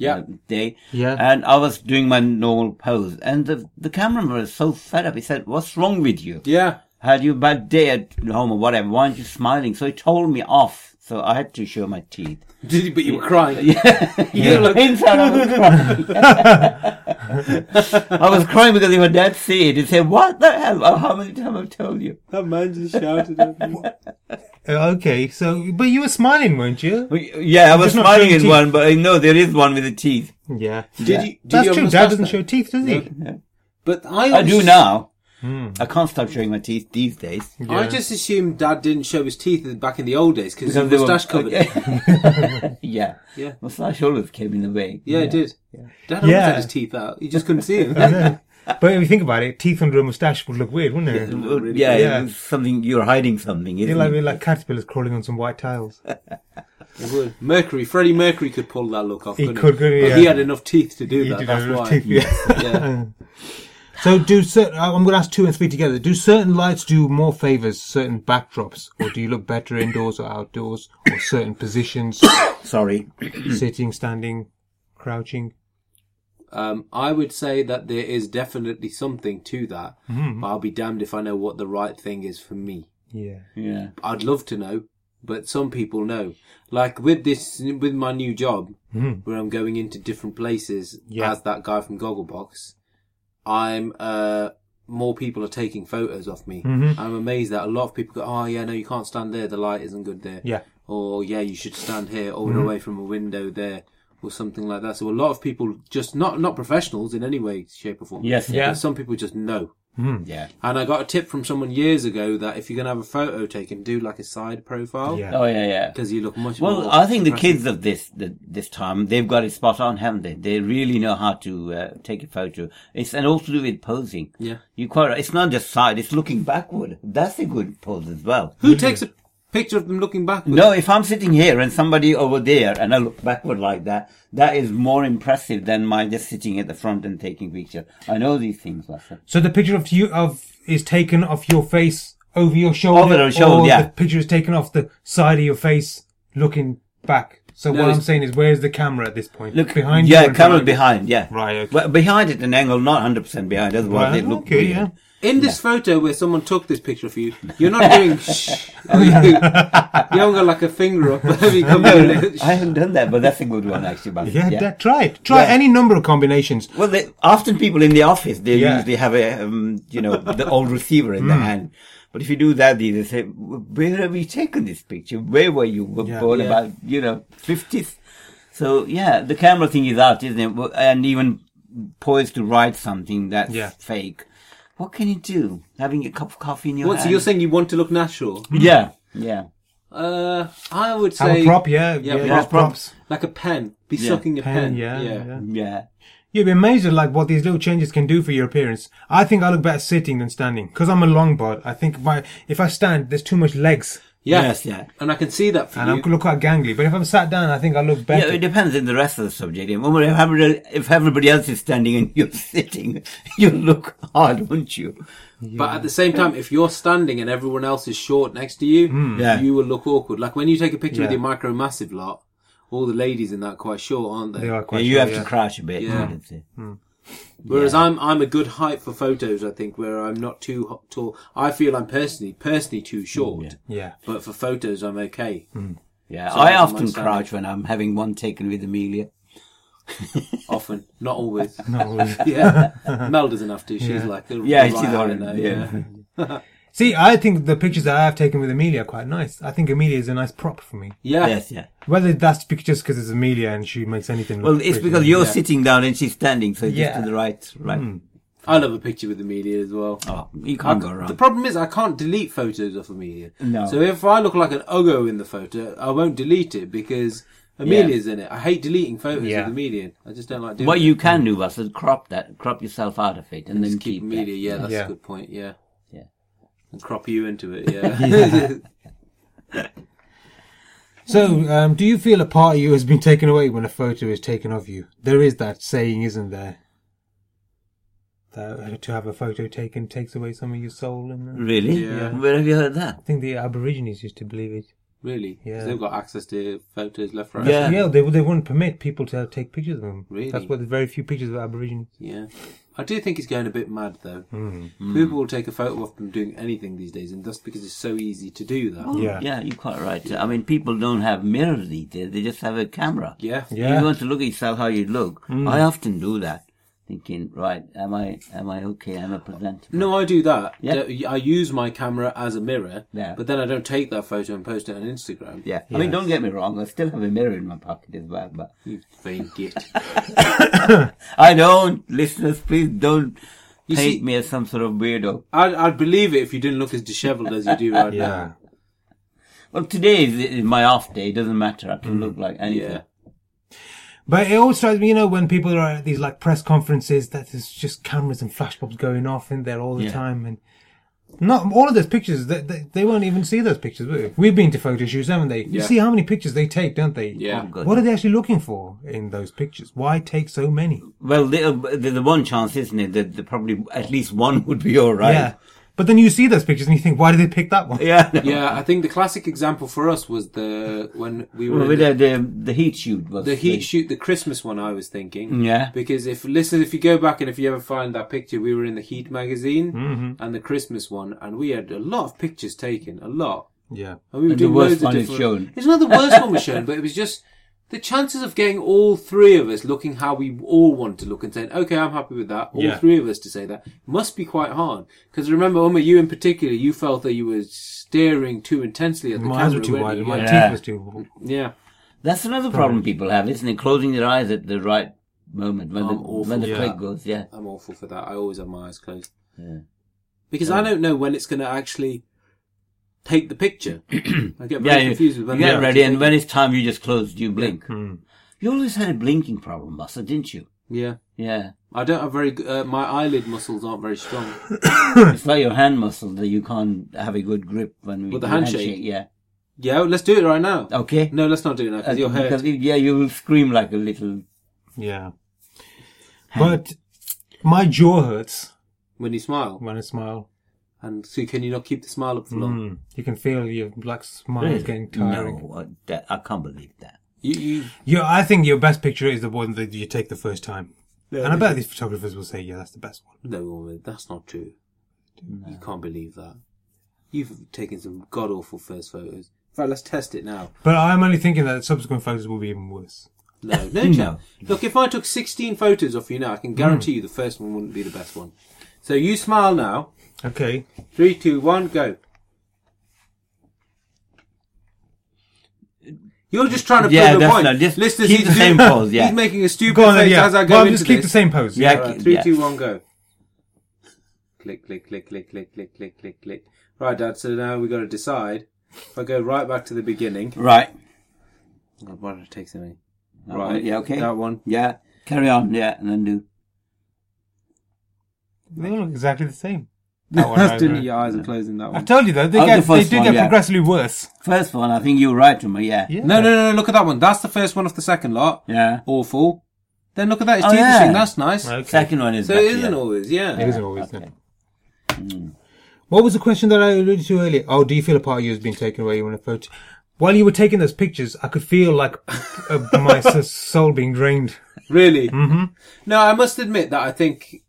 A: Yeah.
B: uh, day,
C: Yeah.
B: and I was doing my normal pose, and the the cameraman was so fed up. He said, "What's wrong with you?
A: yeah.
B: Had you a bad day at home or whatever? Why aren't you smiling?" So he told me off. So I had to show my teeth.
A: Did you, [laughs] but you were crying. [laughs]
B: Yeah.
C: [laughs]
B: Inside, I was crying. [laughs] I was crying because if my dad see it, he'd say, "What the hell? Oh, How many times I've told you?"
A: That man just shouted at me.
C: Uh, Okay, so but you were smiling, weren't you?
B: Yeah, I was
C: Just not
B: smiling
C: showing
B: in
C: teeth.
B: one, but I know there is one with the teeth.
C: Yeah.
A: Did you? Did you
C: That's
A: have
C: true.
A: mustache
C: Dad doesn't
A: then?
C: show teeth, does he?
A: But I,
B: I
A: always-
B: do now.
C: Hmm.
B: I can't stop showing my teeth these days.
A: I just assumed Dad didn't show his teeth in- back in the old days because his
B: Because they were-
A: moustache covered it.
B: [laughs] Yeah.
A: Yeah.
B: Mustache always came in the way.
A: Yeah, it did. Dad always
C: Yeah.
A: had his teeth out. You just couldn't see
C: [laughs]
A: him.
C: But if you think about it, teeth under a moustache would look weird, wouldn't it?
B: Well, yeah,
C: Yeah.
B: it's something you're hiding something,
C: You're
B: isn't
C: like,
B: it?
C: we're like caterpillars crawling on some white tiles.
A: It would. Mercury, Freddie Mercury could pull that look off.
C: He
A: couldn't
C: could, couldn't he?
A: But He
C: Yeah.
A: had enough teeth to do
C: You
A: that.
C: did
A: That's
C: have enough
A: why.
C: teeth, yeah.
A: Yeah.
C: [laughs] so do certain, I'm going to ask two and three together. Do certain lights do more favors, certain backdrops, or do you look better indoors or outdoors, or certain positions, [coughs]
B: Sorry.
C: sitting, standing, crouching?
A: Um, I would say that there is definitely something to that,
C: Hmm.
A: but I'll be damned if I know what the right thing is for me.
C: Yeah.
B: Yeah.
A: I'd love to know, but some people know. Like with this, with my new job, where I'm going into different places
C: Hmm. Yeah.
A: as that guy from Gogglebox, I'm uh, more people are taking photos of me.
C: Mm-hmm.
A: I'm amazed that a lot of people go, "Oh yeah, no, you can't stand there. The light isn't good there."
C: Yeah. Mm-hmm.
A: Or yeah, you should stand here, or away from a window there, or something like that. So a lot of people just not not professionals in any way, shape, or form.
B: Yes.
C: Yeah.
A: But some people just know.
B: Yeah.
A: And I got a tip from someone years ago that if you're going to have a photo taken, do like a side profile.
C: Yeah.
B: Oh, yeah, yeah.
A: Because you look much more.
B: Well, I think the
A: impressive.
B: kids of this the, this time they've got it spot on, haven't they? They really know how to uh, take a photo. It's and also to do with posing.
A: Yeah.
B: you quite. right. It's not just side; it's looking backward. That's a good pose as well.
A: Who takes a picture of them looking backwards?
B: [laughs] No, if I'm sitting here and somebody over there and I look backward like that, that is more impressive than my just sitting at the front and taking picture. I know these things, Lassa.
C: So the picture of you of is taken off your face over your shoulder,
B: Over your shoulder,
C: or
B: yeah.
C: the picture is taken off the side of your face looking back. So what
A: it's-
C: I'm saying is, where's the camera at this point?
B: Look
C: behind you.
B: Yeah,
C: and
B: camera behind. Yeah,
C: Right, okay.
B: Well, behind at an angle, not hundred percent behind. Otherwise,
C: Right,
B: it look
C: okay,
B: weird. [laughs]
C: yeah.
A: In this photo where someone took this picture of you, you're not doing
B: [laughs]
A: shh. Are you? you haven't got like a finger up. [laughs] you come
C: [laughs]
A: down, [laughs] shh.
B: I haven't done that, but that's a good one actually. Bas.
C: Yeah, That, try it. Try
B: Yeah.
C: any number of combinations.
B: Well, they, often people in the office they
C: Yeah. Hmm.
B: usually have a um, you know the old receiver in their hand. But if you do that, they say, "Where have you taken this picture? Where were you? We're
C: Yeah.
B: born
A: Yeah.
B: about you know fifties. So yeah, the camera thing is out, isn't it? Well, And even poised to write something that's
C: Yeah.
B: fake. What can you do? Having a cup of coffee in your
A: What, so
B: hand.
A: you're saying you want to look natural?
B: yeah, yeah.
A: Uh, I would
C: Have
A: say
C: a prop, yeah.
A: yeah,
C: yeah,
A: prop,
C: props.
A: prop. like a pen. Be
B: Yeah.
A: sucking a pen.
C: Pen, yeah, yeah.
B: Yeah.
C: You'd be amazed at like what these little changes can do for your appearance. I think I look better sitting than standing because I'm a longboard. I think my if I stand, there's too much legs,
A: Yeah.
B: Yes, yeah.
A: And I can see that for
C: and
A: you.
C: I look quite gangly. But if I'm sat down, I think I look
B: Yeah,
C: better.
B: it depends on the rest of the subject. If everybody- If everybody else is standing and you're [laughs] sitting, you look hard, won't you?
A: But at the same time, if you're standing and everyone else is short next to you,
B: Yeah.
A: you will look awkward. Like when you take a picture with
C: Yeah.
A: your micro massive lot, all the ladies in that are quite short, aren't they?
C: They are
B: Yeah,
C: quite.
B: you
C: short,
B: have
C: yeah.
B: to crouch a bit.
A: Yeah.
B: you can see.
A: Whereas I'm I'm a good height for photos. I think where I'm not too ho- tall. I feel I'm personally personally too
B: Mm,
A: short.
C: Yeah.
A: But for photos, I'm okay.
B: Yeah,
A: So
B: I
A: that's my
B: often
A: standard.
B: crouch when I'm having one taken with Amelia.
A: Often, not
B: [laughs]
A: always.
C: Not really. [laughs]
A: yeah, Mel doesn't have to. She's like the
B: Yeah,
A: the
B: she's
A: right
B: all
A: hand
B: right,
A: now,
B: yeah.
C: See, I think the pictures that I have taken with Amelia are quite nice. I think Amelia is a nice prop for me.
A: yeah.
B: Yes, yeah.
C: Whether that's bec- just because it's Amelia and she makes anything.
B: Well,
C: look
B: it's
C: pretty.
B: because you're
A: Yeah.
B: sitting down and she's standing, so just
C: Yeah.
B: to the right, right.
A: Hmm. I love a picture with Amelia as well.
B: Oh, you can't go
A: Uh, The
B: wrong.
A: problem is I can't delete photos of Amelia.
B: No.
A: So if I look like an uggo in the photo, I won't delete it because Amelia's in it. I hate deleting photos
C: Yeah.
A: of Amelia. I just don't like doing.
B: What
A: it.
B: you can do, Russ, is crop that, crop yourself out of it, and then
A: just keep
B: keep
A: Amelia?
B: that.
A: Yeah, that's
C: Yeah.
A: a good point. Yeah.
B: Yeah.
A: And crop you into it.
B: [laughs]
A: Yeah.
C: So, um, do you feel a part of you has been taken away when a photo is taken of you? There is that saying, isn't there? That uh, to have a photo taken takes away some of your soul. And that.
B: Really?
A: Yeah.
B: Where have you heard that?
C: I think the Aborigines used to believe it.
A: [laughs] really? 'Cause
C: Yeah.
A: They've got access to photos left, right.
B: Yeah.
C: Yeah, they they wouldn't permit people to take pictures of them.
A: Really?
C: That's why there's very few pictures of Aborigines.
A: Yeah. I do think it's going a bit mad though.
C: Mm-hmm.
B: Mm.
A: People will take a photo of them doing anything these days, and that's because it's so easy to do that.
B: Oh,
C: Yeah.
B: yeah, you're quite right. I mean, people don't have mirrors these days; they just have a camera.
A: Yeah. Hmm.
C: Yeah.
B: You want to look at yourself how you look. I often do that, thinking, right, am I, am I okay? Am I presentable?
A: No, I do that.
B: Yeah.
A: D- I use my camera as a mirror,
B: Yeah.
A: but then I don't take that photo and post it on Instagram.
B: Yeah. I mean, don't get me wrong. I still have a mirror in my pocket as well, but
A: You fake it.
B: I don't. Listeners, please don't
A: You
B: paint
A: see-
B: me as some sort of weirdo.
A: I'd, I'd believe it if you didn't look as dishevelled as you do right
C: Yeah.
A: now.
B: Well, today is, is my off day. It doesn't matter. I can look like anything.
A: Mm. Yeah.
C: But it always strikes me, you know, when people are at these like press conferences, that there's just cameras and flashbulbs going off in there all the
B: Yeah.
C: time, and not all of those pictures. They, they, they won't even see those pictures. Will we? We've been to photo shoots, haven't they? You
A: Yeah.
C: see how many pictures they take, don't they?
A: Yeah.
B: Oh, God.
C: What are they actually looking for in those pictures? Why take so many?
B: Well, the, uh, the, the one chance, isn't it, that the, probably at least one would be all right.
C: Yeah. But then you see those pictures and you think, why did they pick that one?
B: [laughs] Yeah. no.
A: Yeah, I think the classic example for us was the when we were
B: Well,
A: in
B: with
A: the,
B: the, the, the heat shoot was
A: the heat shoot, the Christmas one. I was thinking,
B: Yeah.
A: because if listen, if you go back and if you ever find that picture, we were in the Heat magazine
B: Mm-hmm.
A: and the Christmas one, and we had a lot of pictures taken, a lot.
C: Yeah.
A: And we were
B: And the
A: doing
B: worst
A: loads of
B: one is
A: different.
B: shown.
A: It's not the worst one was shown, but it was just the chances of getting all three of us looking how we all want to look and saying, "Okay, I'm happy with that." All
C: Yeah.
A: three of us to say that must be quite hard. Because remember, Uma, you in particular, you felt that you were staring too intensely at the
C: My eyes
A: camera.
C: were too
A: weren't
C: wide
A: you?
C: and my
A: Yeah.
B: Yeah.
C: teeth was too.
A: yeah.
B: That's another problem people have, isn't it? Closing their eyes at the right moment when the,
A: I'm Oh, awful
B: when the
C: for
B: click
C: that.
B: goes. Yeah.
A: I'm awful for that. I always have my eyes closed. Because I don't know when it's going to actually take the
B: [clears throat]
A: picture. I get
B: Yeah,
A: very
B: you,
A: confused
B: you
A: with when
B: get
A: I'm
B: ready,
A: actually
B: and when it's time, you just close, you blink.
C: Mm.
B: You always had a blinking problem, Buster, didn't you?
A: taking- Yeah. [laughs]
B: Yeah.
A: I don't have very. g- Uh, my eyelid muscles aren't very strong.
B: it's like your hand muscle that you can't have a good grip when we
A: With the
B: do
A: handshake?
B: Yeah.
A: Yeah, let's do it right now.
B: Okay.
A: No, let's not do it now [laughs]
B: Uh,
A: because you're hurt.
B: because you- yeah, you will scream like a little.
C: Yeah. But my jaw hurts
A: When you smile,
C: when I smile.
A: and so can you not keep the smile up for long?
C: Mm. You can feel your black smile is getting tiring.
B: Hmm. No, I- that, I can't believe that.
A: You, you,
C: Yeah, I think your best picture is the one that you take the first time. and I bet these photographers will say, yeah, that's the best one.
A: no, woman, that's not true. You can't believe that. You've taken some god awful first photos. Right, let's test it now.
C: But I'm only thinking that subsequent photos will be even worse.
B: [laughs]
A: No, no,
B: No. Mm.
A: chance. Look, if I took 16 photos off you now, I can guarantee you the first one wouldn't be the best one. So you smile now.
C: Okay.
A: Three, two, one, go. You're just trying to
B: Yeah,
A: prove a
B: that's
A: point.
B: not- just
A: Listeners,
B: keep
A: he's
B: the
A: doing-
B: same pose, yeah.
A: He's making a stupid
C: Go on, then,
A: face
C: yeah.
A: as I go
C: Go on,
A: into
C: just keep the
A: this.
C: same pose.
B: Yeah.
A: All right,
B: Keep-
A: three, two, one, go. Click, click, click, click, click, click, click, click, click, click. Right, Dad. So now we got to decide If I go right back to the beginning,
B: Right.
A: God, why did it take so many?
B: That
A: Right.
B: one, Yeah. Okay.
A: That one.
B: Yeah. Carry on. Yeah, and then do.
C: They all look exactly
B: [laughs]
C: the same. That
A: [laughs]
C: one
A: That's
C: over.
A: doing your eyes are closing that
C: I
A: one.
C: told you though, they,
B: That was
C: get,
B: the
C: they
B: first
C: do
B: one,
C: get
B: yeah.
C: progressively worse.
B: First one, I think you're right, Tuma. Yeah.
C: Yeah.
A: No, no, no, no, look at that one. That's the first one off the second lot.
B: Yeah.
A: Awful. Then look at that, it's
B: Oh,
A: teeth
B: yeah.
A: teething. That's nice.
C: Okay.
B: Second one is
A: So
B: better.
A: it isn't
B: yeah.
A: always, yeah.
C: It isn't always there. What was the question that I alluded to earlier? Oh, do you feel a part of you has been taken away? You want to photo? While you were taking those pictures, I could feel like uh, [laughs] my s- soul being drained.
A: Really? Mm-hmm. No, I must admit that I think,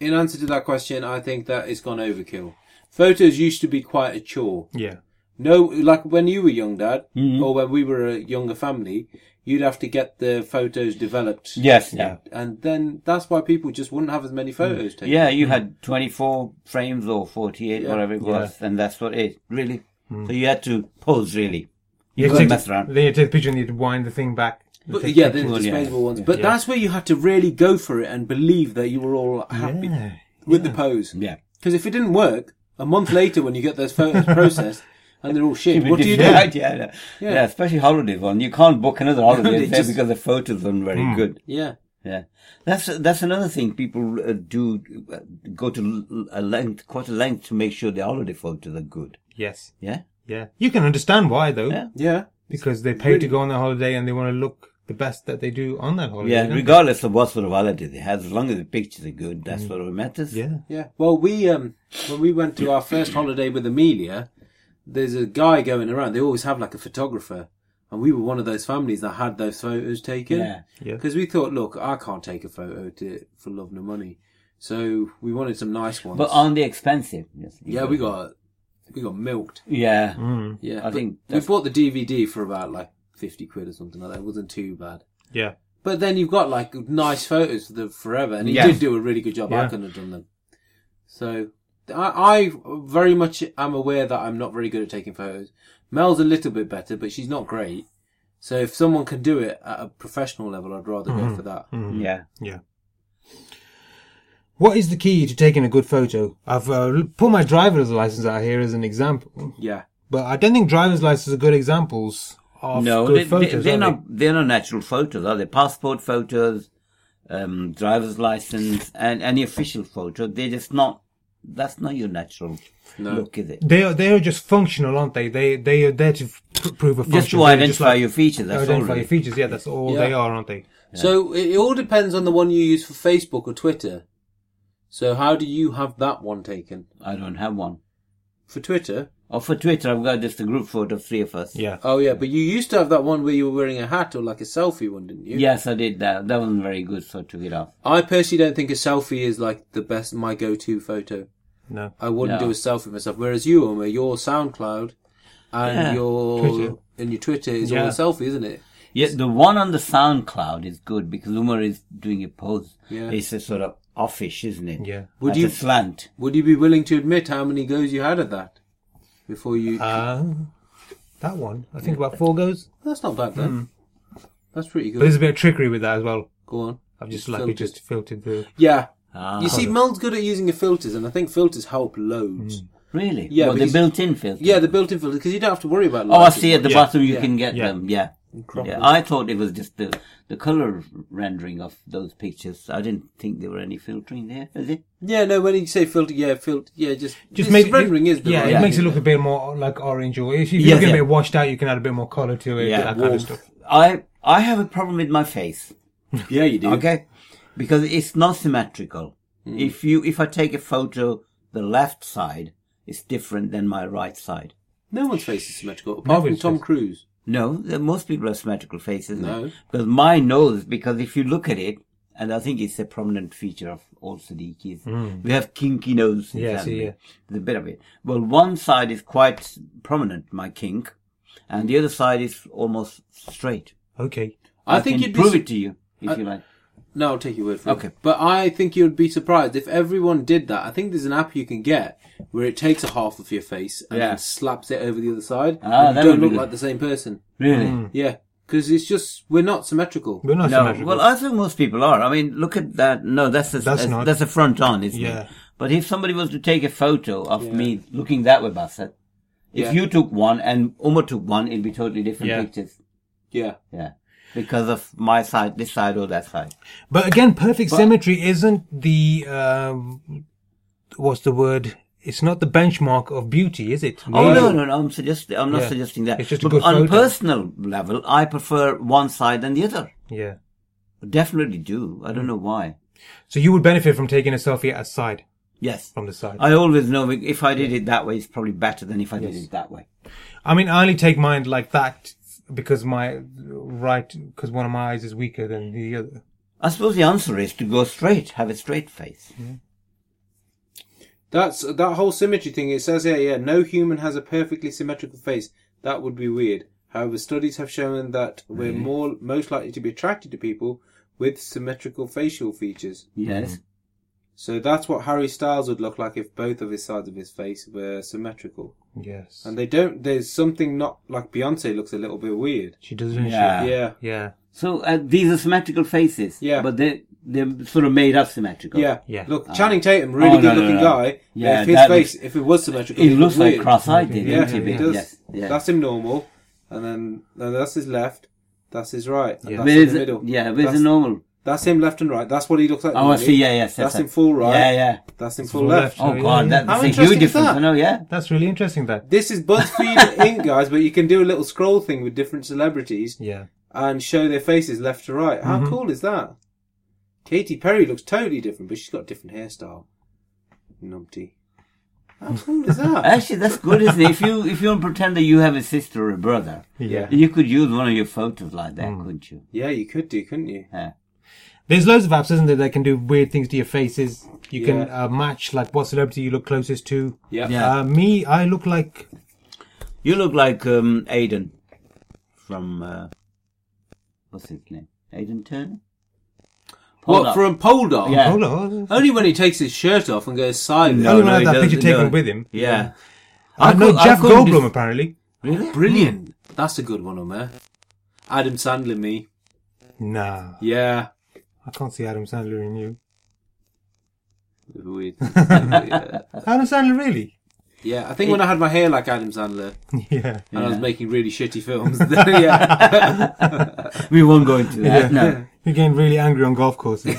A: in answer to that question, I think that it's gone overkill. Photos used to be quite a chore.
C: Yeah.
A: No, like when you were young, Dad, or when we were a younger family, you'd have to get the photos developed.
B: Yes. Yeah.
A: And then that's why people just wouldn't have as many photos taken.
B: Yeah, you had 24 frames or 48, whatever it was, and that's what it really.
A: Hmm.
B: So you had to pose really. You
C: You
B: couldn't
C: take,
B: mess around.
C: then you take the picture and you wind the thing back.
A: But,
C: Take
A: yeah, the
C: pictures.
A: disposable ones. But that's where you had to really go for it and believe that you were all happy
C: Yeah.
A: with the pose.
B: Yeah.
A: Because if it didn't work, a month later when you get those photos
B: [laughs]
A: processed and they're all shit, what do you do? [laughs]
B: Right, yeah, yeah. Yeah, especially holiday one. You can't book another holiday
A: they
B: there
A: just-
B: because the photos aren't very
A: Hmm.
B: good.
A: Yeah.
B: Yeah, that's that's another thing. People uh, do uh, go to l- a length, quite a length, to make sure the holiday photos are good.
C: Yes.
B: Yeah,
C: Yeah. You can understand why though,
B: Yeah.
A: Yeah.
C: because they pay to go on their holiday and they want to look the best that they do on that
A: Oh,
C: holiday.
B: yeah.
C: don't they?
B: Regardless of what sort of holiday they have, as long as the pictures are good, that's what matters.
C: Yeah.
A: Hmm. Yeah. Well, we um when we went to our first holiday with Amelia, there's a guy going around. They always have like a photographer, and we were one of those families that had those photos taken.
B: Yeah.
C: Yeah.
A: Because we thought, look, I can't take a photo to, for love nor money, so we wanted some nice ones.
B: but um, on the expensive. Yes.
A: yeah, we got we got milked.
B: Yeah,
A: Yeah.
B: Mm. I
A: but
B: think
A: we
B: that's-
A: bought the DVD for about like fifty quid or something like that. It wasn't too bad.
C: Yeah.
A: But then you've got like nice photos for the forever, and he
B: Yeah.
A: did do a really good job. I
C: Yeah.
A: couldn't have done them. So I, I very much am aware that I'm not very good at taking photos. Mel's a little bit better, but she's not great. So if someone can do it at a professional level, I'd rather go for that.
B: yeah.
C: Yeah. What is the key to taking a good photo? I've uh, put my driver's license out here as an example,
A: Yeah,
C: but I don't think driver's licenses are good examples of
B: no,
C: good
B: they,
C: photos.
B: they,
C: are
B: are not they're not natural photos, are they? Passport photos, um, driver's license, and any official photo. They're just not. That's not your natural look, is it?
C: They are they are just functional, aren't they? They they are there to f- prove a function.
B: Just to
C: They're
B: identify
C: like-
B: your features. That's all.
C: identify
B: Really.
C: your features. Yeah, that's all
A: Yeah.
C: they are, aren't they?
A: So it it all depends on the one you use for Facebook or Twitter. So how do you have that one taken
B: I don't have one.
A: for Twitter?
B: Or for Twitter, I've got just a group photo of three of us.
C: Yeah.
A: Oh yeah, but you used to have that one where you were wearing a hat or like a selfie one, didn't you?
B: Yes, I did that. That wasn't very good, so I took it off.
A: I personally don't think a selfie is like the best my go-to photo.
C: No.
A: I wouldn't
B: No.
A: do a selfie myself. Whereas you, Omar, your SoundCloud and
B: Yeah.
A: your
C: Twitter.
A: and your Twitter is all
C: Yeah.
A: a selfie, isn't it?
B: Yeah, the one on the SoundCloud is good because Uma is doing a pose.
A: Yeah.
B: It's a sort of offish, isn't it?
C: Yeah.
A: Would
B: At
A: you-
B: a slant?
A: Would you be willing to admit how many goes you had at that before you?
C: Uh, that one. I think about four goes.
A: That's not bad
C: hmm.
A: then. That's pretty
C: But
A: good.
C: there's a bit of trickery with that as well.
A: Go on.
C: I've just
A: Filtered.
C: like just filtered the.
A: yeah.
B: Ah,
A: You see, Mel's good at using your filters, and I think filters help loads.
C: Hmm.
B: really?
A: Yeah,
B: Well, the
A: because-
B: built-in filter.
A: Yeah, the built-in filters because you don't have to worry about.
B: Oh, I
A: lighting.
B: see. At the
C: Yeah.
B: bottom, you
A: Yeah.
B: can get
C: Yeah.
B: them. Yeah. yeah. I thought it was just the the color rendering of those pictures. I didn't think there were any filtering there. Is it?
A: Yeah, no. When you say filter, yeah, filter, yeah, just this
C: Just make
A: rendering is the
C: yeah,
A: right
C: it makes it
A: thing.
C: look a bit more like orange, or if you
B: Yeah,
C: get a
B: yeah.
C: bit washed out, you can add a bit more color to it.
B: Yeah,
C: that kind of
A: warmth.
C: stuff.
B: I I have a problem with my face.
A: Yeah, you Hmm. do.
B: Okay, because it's not symmetrical. If you if I take a photo, the left side is different than my right side.
A: No one's face is symmetrical apart from
C: Nobody's
A: Tom
C: face-
A: Cruise.
B: No, the- most people have symmetrical faces. isn't it?
A: No.
B: Because my nose, because if you look at it, and I think it's a prominent feature of all Sadiqis,
A: Hmm.
B: we have kinky noses.
C: Yeah, I see,
B: haven't we?
C: yeah.
B: There's a bit of it. Well, one side is quite prominent, my kink, and the other side is almost straight.
C: Okay.
A: I, think
B: can
A: you'd be
B: prove
A: su-
B: it to you if you like.
A: No, I'll take your word for it.
B: Okay.
A: But I think you'd be surprised if everyone did that. I think there's an app you can get where it takes a half of your face and
B: Yeah.
A: then slaps it over the other side.
B: Ah,
A: and
B: that
A: you
B: would
A: don't
B: be
A: look
B: good.
A: like the same person.
B: Really?
A: Yeah. Because it's just, we're not symmetrical.
C: We're not
B: No,
C: symmetrical.
B: well, I think most people are. I mean, look at that. No, that's a,
C: That's
B: that's,
C: not-
B: that's a front on, isn't
C: Yeah.
B: it? But if somebody was to take a photo of me looking that way, Bassett, If
A: Yeah.
B: you took one and Uma took one, it'd be totally different
D: Yeah.
B: pictures.
A: Yeah.
B: Yeah. Because of my side, this side or that side.
C: But again, perfect
A: But-
C: symmetry isn't the um, what's the word? It's not the benchmark of beauty, is it?
B: Oh
C: Really?
B: no, no, no! I'm suggest- I'm not
C: Yeah.
B: suggesting that.
C: It's just a
B: But
C: good
B: on
C: photo.
B: personal level, I prefer one side than the other.
C: Yeah.
B: Definitely do. I
C: Mm.
B: don't know why.
C: So you would benefit from taking a selfie at side
B: Yes,
C: from the side.
B: I always know if I did it that way, it's probably better than if I did it that way.
C: I mean, I only take mine like that because my right, because one of my eyes is weaker than the other.
B: I suppose the answer is to go straight, have a straight face.
A: That's that whole symmetry thing. It says here, yeah, no human has a perfectly symmetrical face. That would be weird. However, studies have shown that we're more most likely to be attracted to people with symmetrical facial features.
B: Yes.
A: So that's what Harry Styles would look like if both of his sides of his face were symmetrical.
C: Yes.
A: And they don't. There's something not like Beyonce looks a little bit weird.
C: she does, not
B: Yeah.
C: she?
A: Yeah,
C: Yeah.
B: So uh, these are symmetrical faces.
A: Yeah.
B: But they they're sort of made up symmetrical.
A: yeah,
C: Yeah.
A: Look, Channing Tatum, really
B: Oh, no,
A: good
B: no,
A: looking
B: no.
A: guy.
B: Yeah,
A: Yeah, if his
B: that
A: face, if it was symmetrical,
B: It looks like
A: weird.
B: cross-eyed, did
A: Yeah,
B: not it?
A: it does.
B: Yes. Yeah.
A: That's him normal, and then no, that's his left. That's his right. and
C: Yeah.
A: That's
B: Where
A: in
B: is
A: the
B: it?
A: middle.
B: Yeah. Where's
A: that's,
B: the normal?
A: that's him left and right. That's what he looks like.
B: Oh, I
A: normally.
B: see. Yeah, yeah.
A: That's in full right.
B: Yeah, yeah.
A: That's in
C: It's
A: full
C: all
A: left.
C: left.
B: Oh
C: So,
B: God,
C: yeah.
A: How
B: that's a huge
A: interesting is
B: difference.
A: that?
B: I know. Yeah.
C: That's really interesting. That.
A: This is BuzzFeed Inc. guys, but you can do a little scroll thing with different celebrities
C: Yeah.
A: and show their faces left to right. How cool is that? Katy Perry looks totally different, but she's got a different hairstyle. Numpty. How cool is
B: [laughs]
A: that?
B: Actually, that's good, isn't it? If you if you want to pretend that you have a sister or a brother,
C: Yeah.
B: you could use one of your photos like that,
A: Hmm.
B: couldn't you?
A: yeah, you could do, couldn't you?
B: Yeah.
C: There's loads of apps, isn't there, that can do weird things to your faces. You can
A: Yeah.
C: uh, match like what celebrity you look closest to.
A: Yeah.
B: Yeah.
C: Uh, me, I look like
B: You look like um, Aiden from uh, what's his name? Aiden Turner. [laughs]
A: What
B: Poldark.
A: from Poldark?
B: Yeah.
C: hold on.
A: Only when he takes his shirt off and goes silent.
C: No, no,
B: he
C: that picture
B: doesn't,
C: taken with him.
B: Yeah.
C: I know
B: could- I
C: Jeff
B: couldn't
C: Goldblum
B: dis-
C: apparently.
B: Really?
A: Brilliant. That's a good one, Omer. Adam Sandler, me.
C: Nah,
A: Yeah.
C: I can't see Adam Sandler in you.
A: Weird. yeah.
B: Uh.
C: Adam Sandler really? [laughs]
A: Yeah, I think when I had my hair like Adam Sandler
C: yeah.
A: and I was making really shitty films, [laughs] then, yeah.
B: We won't go into that. No.
C: You're getting really angry on golf courses.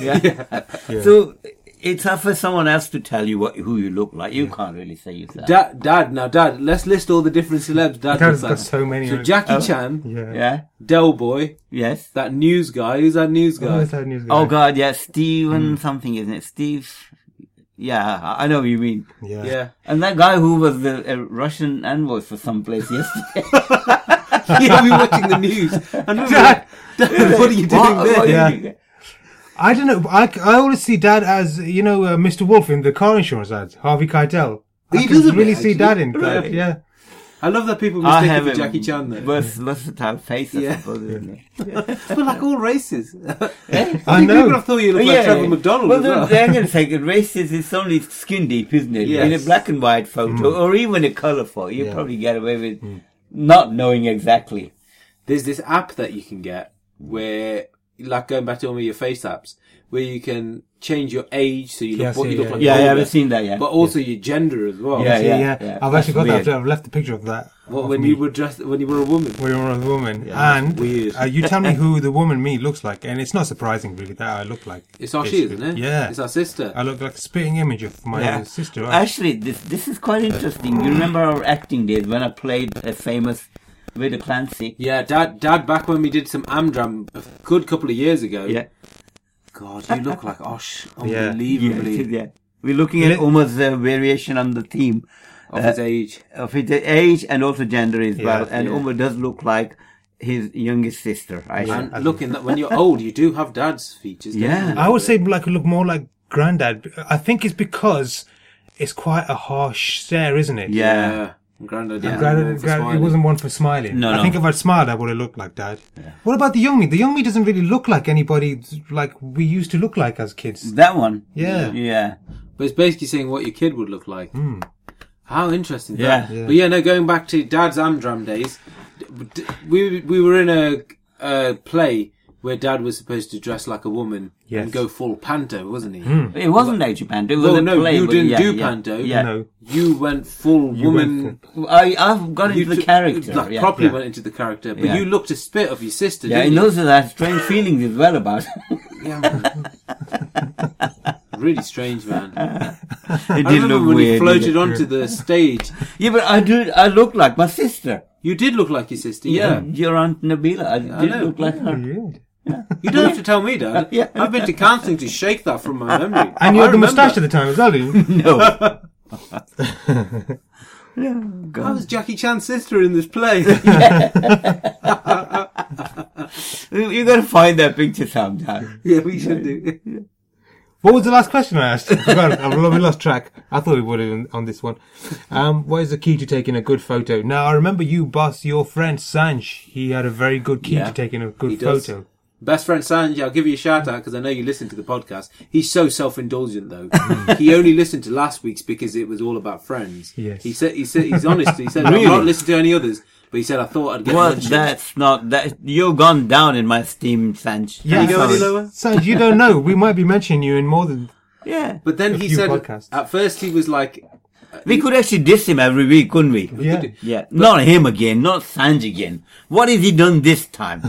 B: So it's up for someone else to tell you what who you look like. You can't really say yourself.
A: Dad, dad, now dad, let's list all the different celebs dad
C: Dad's
A: looks
C: got
A: like.
C: so many.
A: So
C: on-
A: Jackie Chan,
C: yeah.
B: yeah.
A: Del Boy,
B: Yes.
A: that news guy. Who's that news
C: Oh,
A: guy?
C: is that news guy?
B: Oh God. Yeah. Steven
A: Mm.
B: something, isn't it? Steve. Yeah. I I know what you mean.
C: Yeah.
A: yeah.
B: And that guy who was the uh, Russian envoy for some place [laughs] yesterday.
A: [laughs] yeah, we were watching the
C: [laughs]
A: news. And we were like, dad, what are you doing there?
B: What?
C: Yeah. I don't know. I, I always see Dad as you know uh, Mr. Wolf in the car insurance ads, Harvey Keitel. I
A: He
C: can
A: does a bit,
C: really see
A: actually.
C: Dad in that.
A: Right.
C: Yeah.
A: I love that people
B: I
A: mistake him
B: have
A: for
B: a
A: Jackie Chan [laughs] though.
B: vers- versatile face, I
A: Yeah.
B: suppose. Isn't it?
A: We're like all
B: [laughs]
A: races. [laughs]
C: I,
A: I think people
C: know.
A: have thought you look like Trevor McDonald
B: Well,
A: as well.
B: they're going to say that racist is only skin deep, isn't it? In a
A: Yes.
B: black and white photo or even a colour photo, you
C: Yeah.
B: probably get away with not knowing exactly.
A: There's this app that you can get where, like going back to one of your face apps, where you can change your age so you look,
C: Yes,
A: what you
C: yeah,
A: look like.
B: Yeah, yeah,
A: older,
B: I've seen that. Yeah,
A: But also your gender as well.
B: Yeah,
C: Yeah,
B: yeah, yeah.
C: I've
B: That's
C: actually got
B: weird.
C: that. I've left a picture of that.
A: What,
C: of
A: when
C: me.
A: you were dressed, when you were a woman.
C: when you were a woman,
A: that's
C: and
A: weird.
C: Uh, you
A: [laughs]
C: tell me who the woman me looks like, and it's not surprising really that I look like.
A: It's our she, isn't it?
C: Yeah, Um,
A: It's our sister.
C: I look like the spitting image of my
B: Yeah.
C: sister. right?
B: uh, actually, this this is quite interesting. You remember our acting days when I played a famous Veda Clancy?
A: yeah, dad, dad, back when we did some Amdram a good couple of years ago.
B: Yeah,
A: God, you look like Osh,
C: [laughs] Yeah.
A: unbelievably.
B: yeah. We're looking at Omar's uh, variation on the theme.
A: Of his age.
B: of his age and also gender as well. And
A: yeah.
B: Omar does look like his youngest sister. I should.
A: And look, in that, when you're old, you do have dad's features. don't
B: Yeah.
A: you?
C: I would say like I look more like granddad. I think it's because it's quite a harsh stare, isn't it?
B: Yeah.
A: Yeah. And Grandad,
C: And
A: yeah.
C: Granddad, granddad, it wasn't one for smiling.
B: No,
C: I
B: no.
C: think if I'd smiled, I would have looked like dad. What about the young me? The young me doesn't really look like anybody like we used to look like as kids.
B: That one.
C: Yeah.
B: Yeah.
A: But it's basically saying what your kid would look like. How interesting.
B: Hmm. Yeah.
A: That. But yeah, no, going back to Dad's Amdram days, d- d- we we were in a, a play where Dad was supposed to dress like a woman
C: Yes.
A: and go full panto, wasn't he?
B: It wasn't Nature Panto. It was
A: Well,
B: a
A: no,
B: play,
A: you
B: but
A: didn't
B: yeah,
A: do
B: yeah,
A: Panto.
B: Yeah,
C: No.
A: You went full woman.
C: went
B: I I've got
A: you
B: into the
A: took-
B: character.
A: like,
B: yeah.
A: properly
C: Yeah.
A: went into the character, but
B: Yeah.
A: you looked a spit of your sister.
B: yeah,
A: didn't
B: and
A: you?
B: those are that strange feelings as well about. [laughs] it [laughs]
A: Yeah. really strange, man.
B: did
A: I remember when you
B: didn't
A: floated
B: it?
A: onto the stage.
B: Yeah, but I do. I look like my sister.
A: You did look like your sister. Yeah,
B: your aunt Nabila. I did
A: know.
B: look like her.
C: Weird.
A: you don't have to tell me, Dad.
B: Yeah.
A: I've been to counselling to shake that from
B: [laughs]
A: my memory.
C: And you
A: Oh, I
C: had the
A: remember.
C: moustache at the time as well, didn't
A: [laughs]
C: you? [laughs]
B: No.
A: I was Jackie Chan's sister in this
C: [laughs]
A: play.
B: You you gotta find that picture sometime.
A: [laughs] yeah, we should do.
C: What was the last question I asked? I forgot. I've lo- lost track. I thought we would have on this one. Um, what is the key to taking a good photo? Now, I remember you, boss, your friend Sanj. He had a very good key
B: Yeah,
C: to taking a good
A: he does.
C: photo.
A: Best friend Sanjay, I'll give you a shout out because I know you listen to the podcast. He's so self indulgent
C: [laughs]
A: though. he only listened to last week's because it was all about friends.
C: Yes.
A: He said he said he's honest. He said I've not listened to any others, but he said I thought I'd get
B: Well,
A: mentioned."
B: [laughs] that's not that. You've gone down in my esteem, Sanch.
C: Yeah,
A: you go any
C: Sanj-
A: lower?
C: Sanj, you don't know. We might be mentioning you in more than.
B: Yeah.
A: But then
C: A
A: he
C: few
A: said
C: podcasts.
A: at first he was like
B: We could actually diss him every week, couldn't we?
C: Yeah.
B: Yeah, not him again, not Sanj again. What has he done this
C: [laughs]
B: time?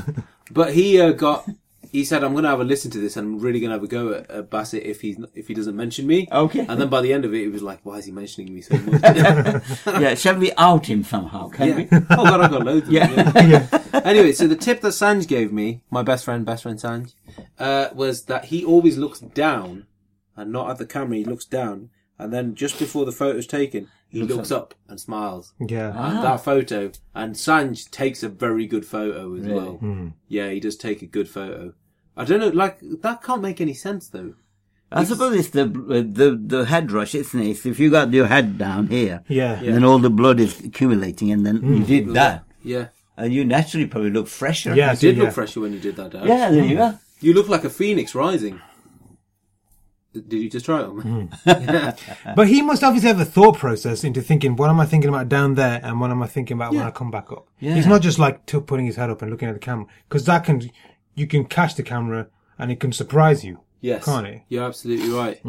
A: But he uh, got. He said, "I'm going to have a listen to this, and I'm really going to have a go at, at Bassett if he's not, if he doesn't mention me."
B: Okay.
A: And then by the end of it, he was like, "Why is he mentioning me so [laughs] much?" yeah.
B: yeah, shall we out him somehow? Can we?
A: Oh God, I've got loads. Of
B: Yeah.
A: Them, yeah. Anyway, so the tip that Sanj gave me, my best friend, best friend Sanj, uh, was that he always looks down and not at the camera. He looks down, and then just before the photo's taken, he looks, up and smiles.
C: Yeah.
A: at that photo, and Sanj takes a very good photo as well.
C: Hmm.
A: Yeah, he does take a good photo. I don't know, like that can't make any sense though.
B: I suppose it's the the the head rush, isn't it? It's if you got your head down here,
C: Yeah. Hmm.
B: and then all the blood is accumulating, and then you did that,
A: Yeah,
B: and you naturally probably look fresher.
C: Yeah. I
A: you
C: see,
A: did look
C: yeah.
A: fresher when you did that, Dad.
B: yeah, there you go.
A: you look like a phoenix rising. D- Did you just try it on? me?
C: Hmm. But he must obviously have a thought process into thinking, what am I thinking about down there and what am I thinking about when I come back up?
B: Yeah.
C: He's not just like t- putting his head up and looking at the camera. Because that can, you can catch the camera and it can surprise you. Hmm.
A: Yes,
C: Can't it?
A: You're absolutely right.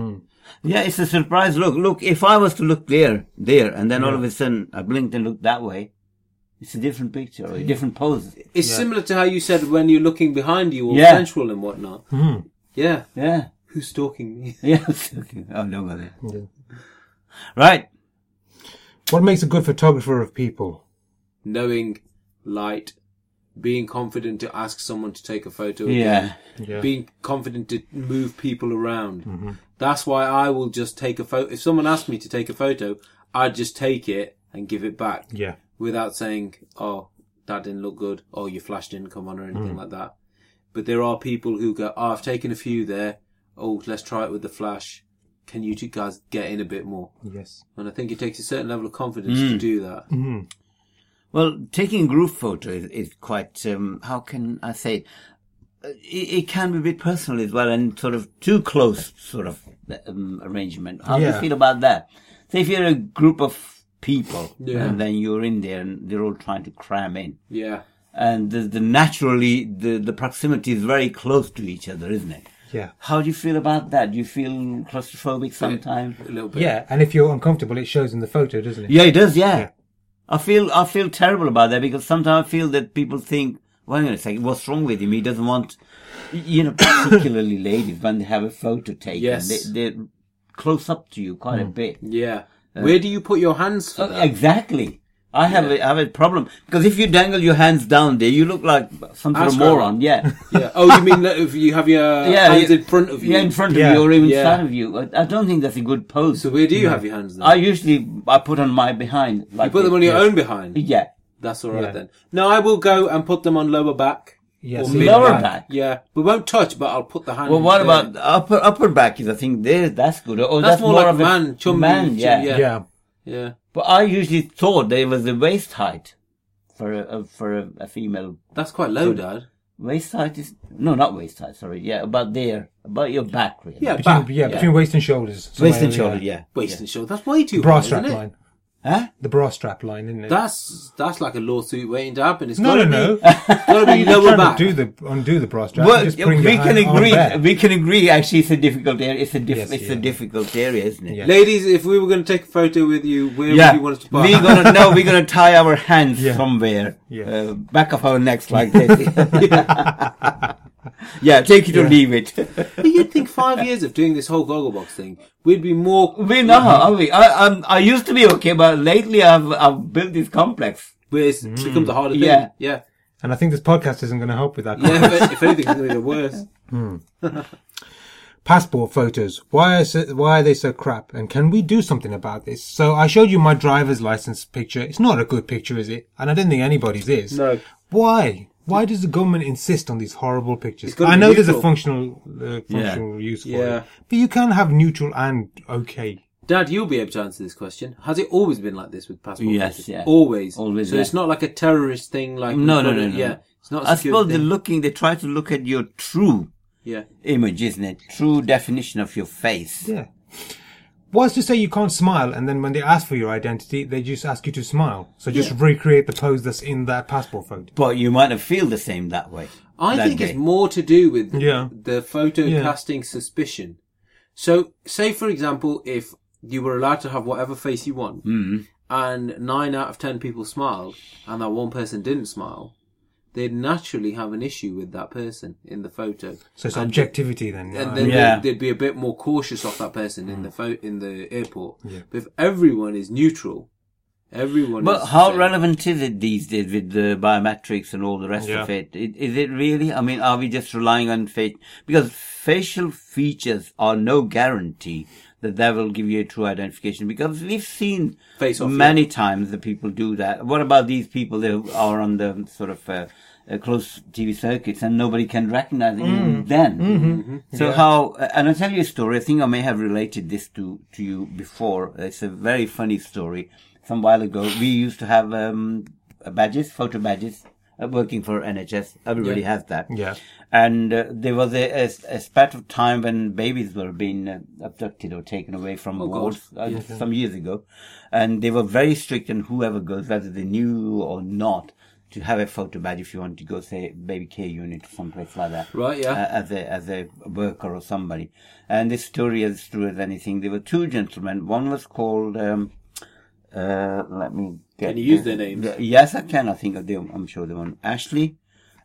B: Yeah, it's a surprise look. Look, if I was to look there, there, and then all of a sudden I blinked and looked that way, it's a different picture, or a different pose.
A: It's similar to how you said when you're looking behind you or
B: Yeah.
A: sensual and whatnot.
C: Hmm.
A: Yeah,
B: Yeah, [laughs]
A: who's stalking me? [laughs]
B: yeah. okay. Oh no, bother. Right.
C: What makes a good photographer of people?
A: Knowing light, being confident to ask someone to take a photo. again.
B: Yeah. Mm-hmm.
C: Yeah.
A: being confident to move people around. That's why I will just take a photo. If someone asked me to take a photo, I'd just take it and give it back
C: yeah.
A: without saying, "Oh, that didn't look good," or "Your flash didn't come on," or
B: Mm-hmm.
A: anything like that. But there are people who go, "Oh, I've taken a few there. Oh, let's try it with the flash. Can you two guys get in a bit more?"
C: Yes.
A: And I think it takes a certain level of confidence to
B: Mm.
A: do that.
B: Mm-hmm. Well, taking group photo is, is quite, um, how can I say, it, Uh, it it can be a bit personal as well and sort of too close sort of um, arrangement. How do you
C: Yeah.
B: feel about that? So if you're a group of people
A: Yeah.
B: and then you're in there and they're all trying to cram in
A: Yeah,
B: and the, the naturally the, the proximity is very close to each other, isn't it?
C: Yeah.
B: How do you feel about that? Do you feel claustrophobic sometimes?
A: a little bit.
C: Yeah. And if you're uncomfortable, it shows in the photo, doesn't it?
B: Yeah, it does. Yeah.
C: Yeah.
B: I feel I feel terrible about that because sometimes I feel that people think, "Well, hang on a second, what's wrong with him? He doesn't want, you know, [coughs] particularly ladies when they have a photo taken,
A: Yes. Mm.
B: they, they're close up to you quite a bit.
A: yeah. Where do you put your hands for
B: Uh,
A: that?
B: exactly. I have a, I have a problem because if you dangle your hands down there, you look like some sort of
A: Astro.
B: moron.
A: [laughs]
B: Yeah,
A: yeah. Oh, you mean that if you have your
B: [laughs] yeah.
A: hands
B: you-
A: in front of you?
B: yeah, in front of
C: Yeah.
B: you or even
A: Yeah.
B: side of you. I, I don't think that's a good pose.
A: So where do you have your hands then?
B: I usually I put on my behind.
A: You
B: Like
A: put them
B: this.
A: on your own behind.
B: Yeah,
A: That's all right
C: Yeah.
A: then. No, I will go and put them on lower back.
C: Yeah,
A: Or
C: so
A: mid
C: you're
B: lower
C: right.
B: back.
A: Yeah, we won't touch, but I'll put the hand.
B: Well, what
A: there.
B: about upper upper back? Is I think there that's good. Oh,
A: That's
B: that's,
A: more like
B: of a
A: man, chum-
B: man,
A: chum-
B: yeah.
A: yeah.
C: Yeah.
A: Yeah,
B: But I usually thought there was a waist height for a, a for a, a female
A: that's quite low, Dad.
B: waist height is no, not waist height. Sorry, yeah, about there, about your back, really.
A: Yeah,
C: Between,
A: back,
C: yeah, between waist and shoulders.
B: waist
C: somewhere
B: and
C: in there.
B: shoulder. Yeah,
A: waist and shoulder. That's way too
C: Bra
A: high,
C: strap
A: isn't it?
C: line.
B: Huh?
C: The bra strap line, isn't it?
A: That's that's like a lawsuit waiting to happen. It's
C: no,
A: gotta
C: no, no. [laughs]
A: be, gotta be
C: You're
A: lower
C: trying
A: back.
C: to do the undo the bra strap.
B: Well,
C: just
B: yeah,
C: bring Oh,
B: we
C: your
B: can
C: hand on
B: agree.
C: there.
B: We can agree. Actually, it's a difficult area. It's a diff-
C: Yes,
B: it's a
C: yeah.
B: difficult area, isn't it?
C: Yeah.
A: Ladies, if we were going to take a photo with you, where would you want us to park? [laughs]
B: we're [laughs] gonna no, we're gonna tie our hands
C: Yeah.
B: somewhere,
C: Yeah.
B: uh, back of our necks
C: [laughs]
B: like this. yeah, take it or leave it.
A: But you'd think five years of doing this whole Gogglebox thing, we'd be more.
B: We're not, are we? I, I'm, I used to be okay, but lately I've I've built this complex.
A: Where it's become the harder
B: Yeah.
A: thing. Yeah.
C: And I think this podcast isn't going to help with that.
A: Yeah. if, if anything, it's going to be the worst.
C: passport photos. Why are so, why are they so crap? And can we do something about this? So I showed you my driver's license picture. It's not a good picture, is it? And I don't think anybody's is.
A: No.
C: Why? Why does the government insist on these horrible pictures?
A: It's gotta
C: I
A: be
C: know there's a
A: neutral.
C: functional uh, functional use for
A: Yeah.
C: it, but you can have neutral and okay.
A: Dad, you'll be able to answer this question. Has it always been like this with passport?
B: Yes,
A: photos?
B: yeah.
A: Always.
B: Always,
A: So
B: yeah.
A: it's not like a terrorist thing. Like
B: No,
A: we've
B: no,
A: got
B: no,
A: it-
B: no,
A: Yeah.
B: no.
A: It's not. a
B: I
A: secure
B: suppose they're
A: thing.
B: looking. They try to look at your true
A: Yeah.
B: image, isn't it? True definition of your face.
C: Yeah. What's to say you can't smile, and then when they ask for your identity, they just ask you to smile. So just recreate the pose that's in that passport photo.
B: But you might not feel the same that way.
A: I
B: that
A: think
B: day.
A: it's more to do with
C: Yeah.
A: the photo
C: Yeah.
A: casting suspicion. So, say for example, if you were allowed to have whatever face you want,
B: Hmm.
A: and nine out of ten people smiled, and that one person didn't smile, they'd naturally have an issue with that person in the photo,
C: So it's
A: And-
C: objectivity then.
A: and
C: Uh, right? Hmm.
A: then
B: Yeah.
A: they'd, they'd be a bit more cautious of that person in the pho- in the airport.
C: Yeah.
A: But if everyone is neutral, everyone.
B: But
A: is
B: how
A: saying-
B: relevant is it these days with the biometrics and all the rest
C: Yeah.
B: of it? I- Is it really? I mean, are we just relying on face? Because facial features are no guarantee that they will give you a true identification. Because we've seen
A: Face off,
B: many times the people do that. What about these people that are on the sort of uh, uh, close TV circuits and nobody can recognize them
C: Mm.
B: then?
C: Mm-hmm.
B: So how? uh, And I'll tell you a story. I think I may have related this to to you before. It's a very funny story. Some while ago, we used to have um, badges, photo badges, uh, working for NHS. Everybody has that.
C: Yeah.
B: And uh, there was a, a, a spat of time when babies were being uh, abducted or taken away from
A: Oh, God.
B: wards uh, some years ago, and they were very strict on whoever goes, whether they knew or not, to have a photo badge if you want to go, say, baby care unit or someplace like that.
A: Right, yeah.
B: Uh, as a as a worker or somebody. And this story is true as anything. There were two gentlemen. One was called. Um, uh, let me. Get
A: Can you use their names?
B: the- yes, I can. I think of them. I'm sure the one Ashley.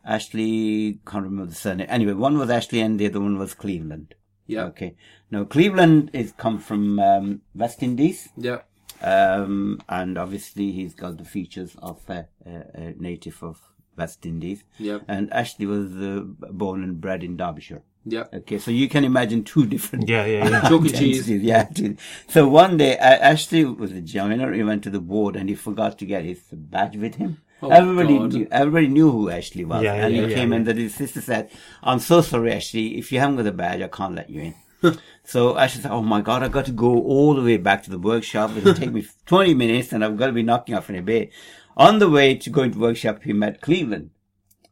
B: Ashley can't remember the surname. Anyway, one was Ashley and the other one was Cleveland.
A: Yeah.
B: Okay. Now Cleveland is come from um, West Indies.
A: Yeah.
B: Um, and obviously, he's got the features of a, a, a native of West Indies.
A: Yep.
B: And Ashley was uh, born and bred in Derbyshire.
C: [laughs]
A: Yeah.
B: Okay, so you can imagine two different.
C: yeah,
A: [laughs]
C: yeah,
B: [laughs]
C: yeah.
A: Chalk and cheese.
B: identities, Yeah. two- So one day, A- Ashley was a joiner. He went to the board and he forgot to get his badge with him.
A: Oh,
B: everybody
A: God.
B: knew. Everybody knew who Ashley was,
C: Yeah,
B: and
C: yeah,
B: he
C: yeah,
B: came
C: yeah.
B: and then his sister said, "I'm so sorry, Ashley. If you haven't got a badge, I can't let you in."
A: [laughs]
B: So I should say, oh my God, I've got to go all the way back to the workshop. It'll take
A: [laughs]
B: me 20 minutes and I've got to be knocking off in a bit. On the way to going to workshop, he met Cleveland,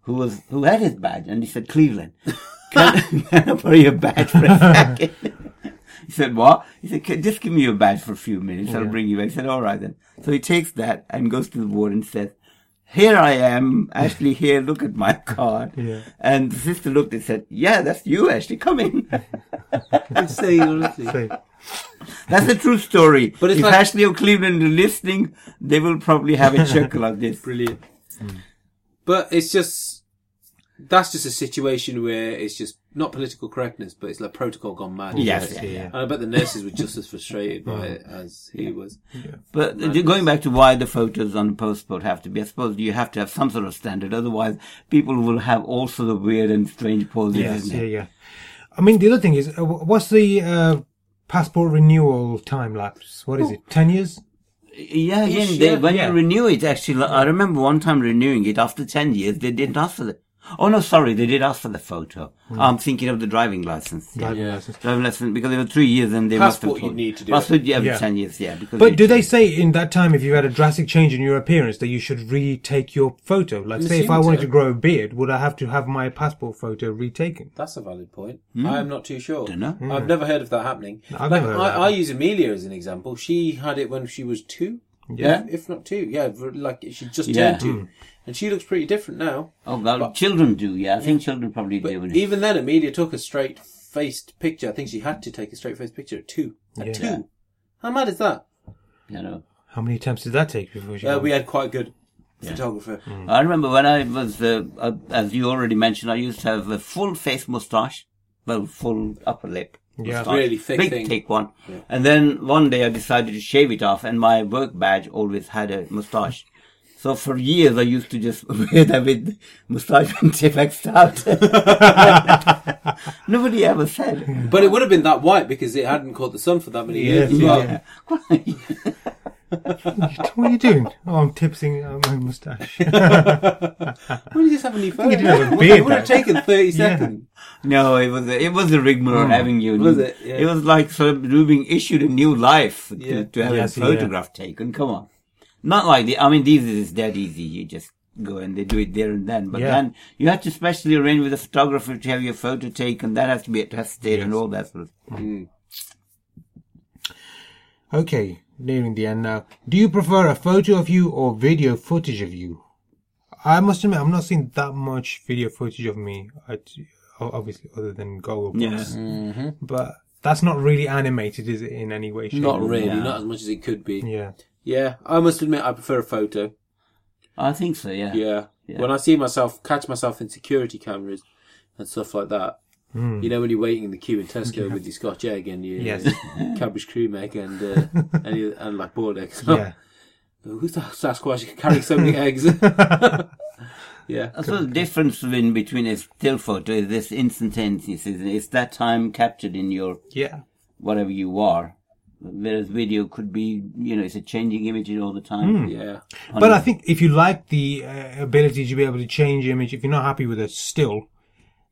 B: who was, who had his badge and he said, Cleveland, can, [laughs] can I borrow your badge for a second? he said, what? He said, "Can- just give me your badge for a few minutes. I'll bring you back. He said, all right then. So he takes that and goes to the board and says, here I am, Ashley. Here, look at my card.
C: Yeah.
B: And the sister looked and said, "Yeah, that's you, Ashley. Come in."
A: I'm saying honestly.
C: [laughs] So-
B: That's a true story.
A: But
B: But
A: it's
B: if
A: like-
B: Ashley or Cleveland are listening, they will probably have a chuckle at this.
A: Brilliant.
C: Hmm.
A: But it's just that's just a situation where it's just not political correctness, but it's like protocol gone mad.
B: Yes,
C: Yeah,
B: yeah,
C: yeah.
B: yeah.
A: And I bet the nurses were just as frustrated by
C: Hmm.
A: it as he was.
B: But going back to why the photos on the passport have to be, I suppose you have to have some sort of standard. Otherwise, people will have all sort of weird and strange poses.
C: Yes,
B: isn't
C: yeah,
B: it?
C: yeah. I mean, the other thing is, uh, wh- what's the uh, passport renewal time lapse? What is it? Ten years?
B: Yeah, again,
A: Ish,
B: they,
A: yeah,
B: when
C: yeah.
B: you renew it, actually, like, I remember one time renewing it after 10 years, they didn't ask for the, oh no, sorry, they did ask for the photo. I'm thinking of the driving license.
C: Driving
A: Yeah.
C: license.
B: Driving license, because they were three years and they must have
A: Passport you
B: told-
A: need to do
B: Passport, yeah, every
C: Yeah.
B: 10 years, yeah. Because
C: But do they say in that time, if you had a drastic change in your appearance, that you should retake your photo? Like,
A: I'm
C: say, if I
A: assuming
C: wanted
A: so.
C: to grow a beard, would I have to have my passport photo retaken?
A: That's a valid point. I am not too sure.
B: Dunno.
A: I've never heard of that happening.
C: I've
A: like,
C: never heard
A: I,
C: of that.
A: I use Amelia as an example. She had it when she was two. Yeah, if not two. Yeah, v- like she just
B: Yeah.
A: turned two, and she looks pretty different now.
B: Oh God, children do. Yeah, I think children probably
A: But
B: do. wouldn't it?
A: even then, Amelia took a straight faced picture. I think she had to take a straight faced picture at two. At
C: Yeah.
A: two. How mad is that?
B: You know.
C: How many attempts did that take before she?
A: Yeah,
C: got
A: Uh, we
C: it?
A: had quite a good photographer.
B: I remember when I was, uh, uh, as you already mentioned, I used to have a full face moustache, well, full upper lip.
C: Yeah.
B: moustache.
A: Really thick
B: big
A: thing.
B: thick one. And then one day I decided to shave it off, and my work badge always had a moustache. So for years I used to just [laughs] wear that with moustache [laughs] until waxed out. Nobody ever said.
A: But it would have been that white because it hadn't caught the sun for that many
C: Yeah,
A: years as well.
B: Yeah.
C: what are you doing? Oh, I'm tipsing uh, my moustache. [laughs]
A: When did this have a new photo?
C: you did have
A: [laughs]
C: a
A: It
C: beard
A: would have
C: back.
A: taken 30 seconds.
B: No, it was a, it was a rigmarole having you.
A: Hmm. Was it? Yeah.
B: It was like sort of you being issued a new life to,
A: Yeah.
B: to have
C: Yes,
B: a
C: yeah.
B: photograph taken. Come on, not like the. I mean, these is dead easy. You just go and they do it there and then. But
C: Yeah.
B: then you have to specially arrange with a photographer to have your photo taken. That has to be attested and all that sort of.
C: okay, nearing the end now. Do you prefer a photo of you or video footage of you? I must admit, I'm not seeing that much video footage of me. I, o- obviously, other than Google
B: Yes.
C: but that's not really animated, is it? In any way, shape,
A: Not
C: or-
A: really, not as much as it could be.
C: Yeah.
A: Yeah, I must admit I prefer a photo.
B: I think so. Yeah.
A: Yeah.
B: Yeah.
A: When I see myself, catch myself in security cameras and stuff like that. You know, when you're waiting in the queue in Tesco with your Scotch egg and your
C: Hmm. Yes.
A: [laughs] cabbage cream egg and
C: [laughs]
A: uh, any, and like boiled eggs.
C: Yeah.
A: [laughs] Who's that Sasquatch carrying so
C: [laughs]
A: many eggs? [laughs] yeah.
B: I suppose the difference in between a still photo is this instantaneous, isn't it? It's that time captured in your
C: Yeah.
B: whatever you are. Whereas video could be, you know, it's a changing image all the time.
A: Yeah.
C: But I think if you like the uh, ability to be able to change image, if you're not happy with it still,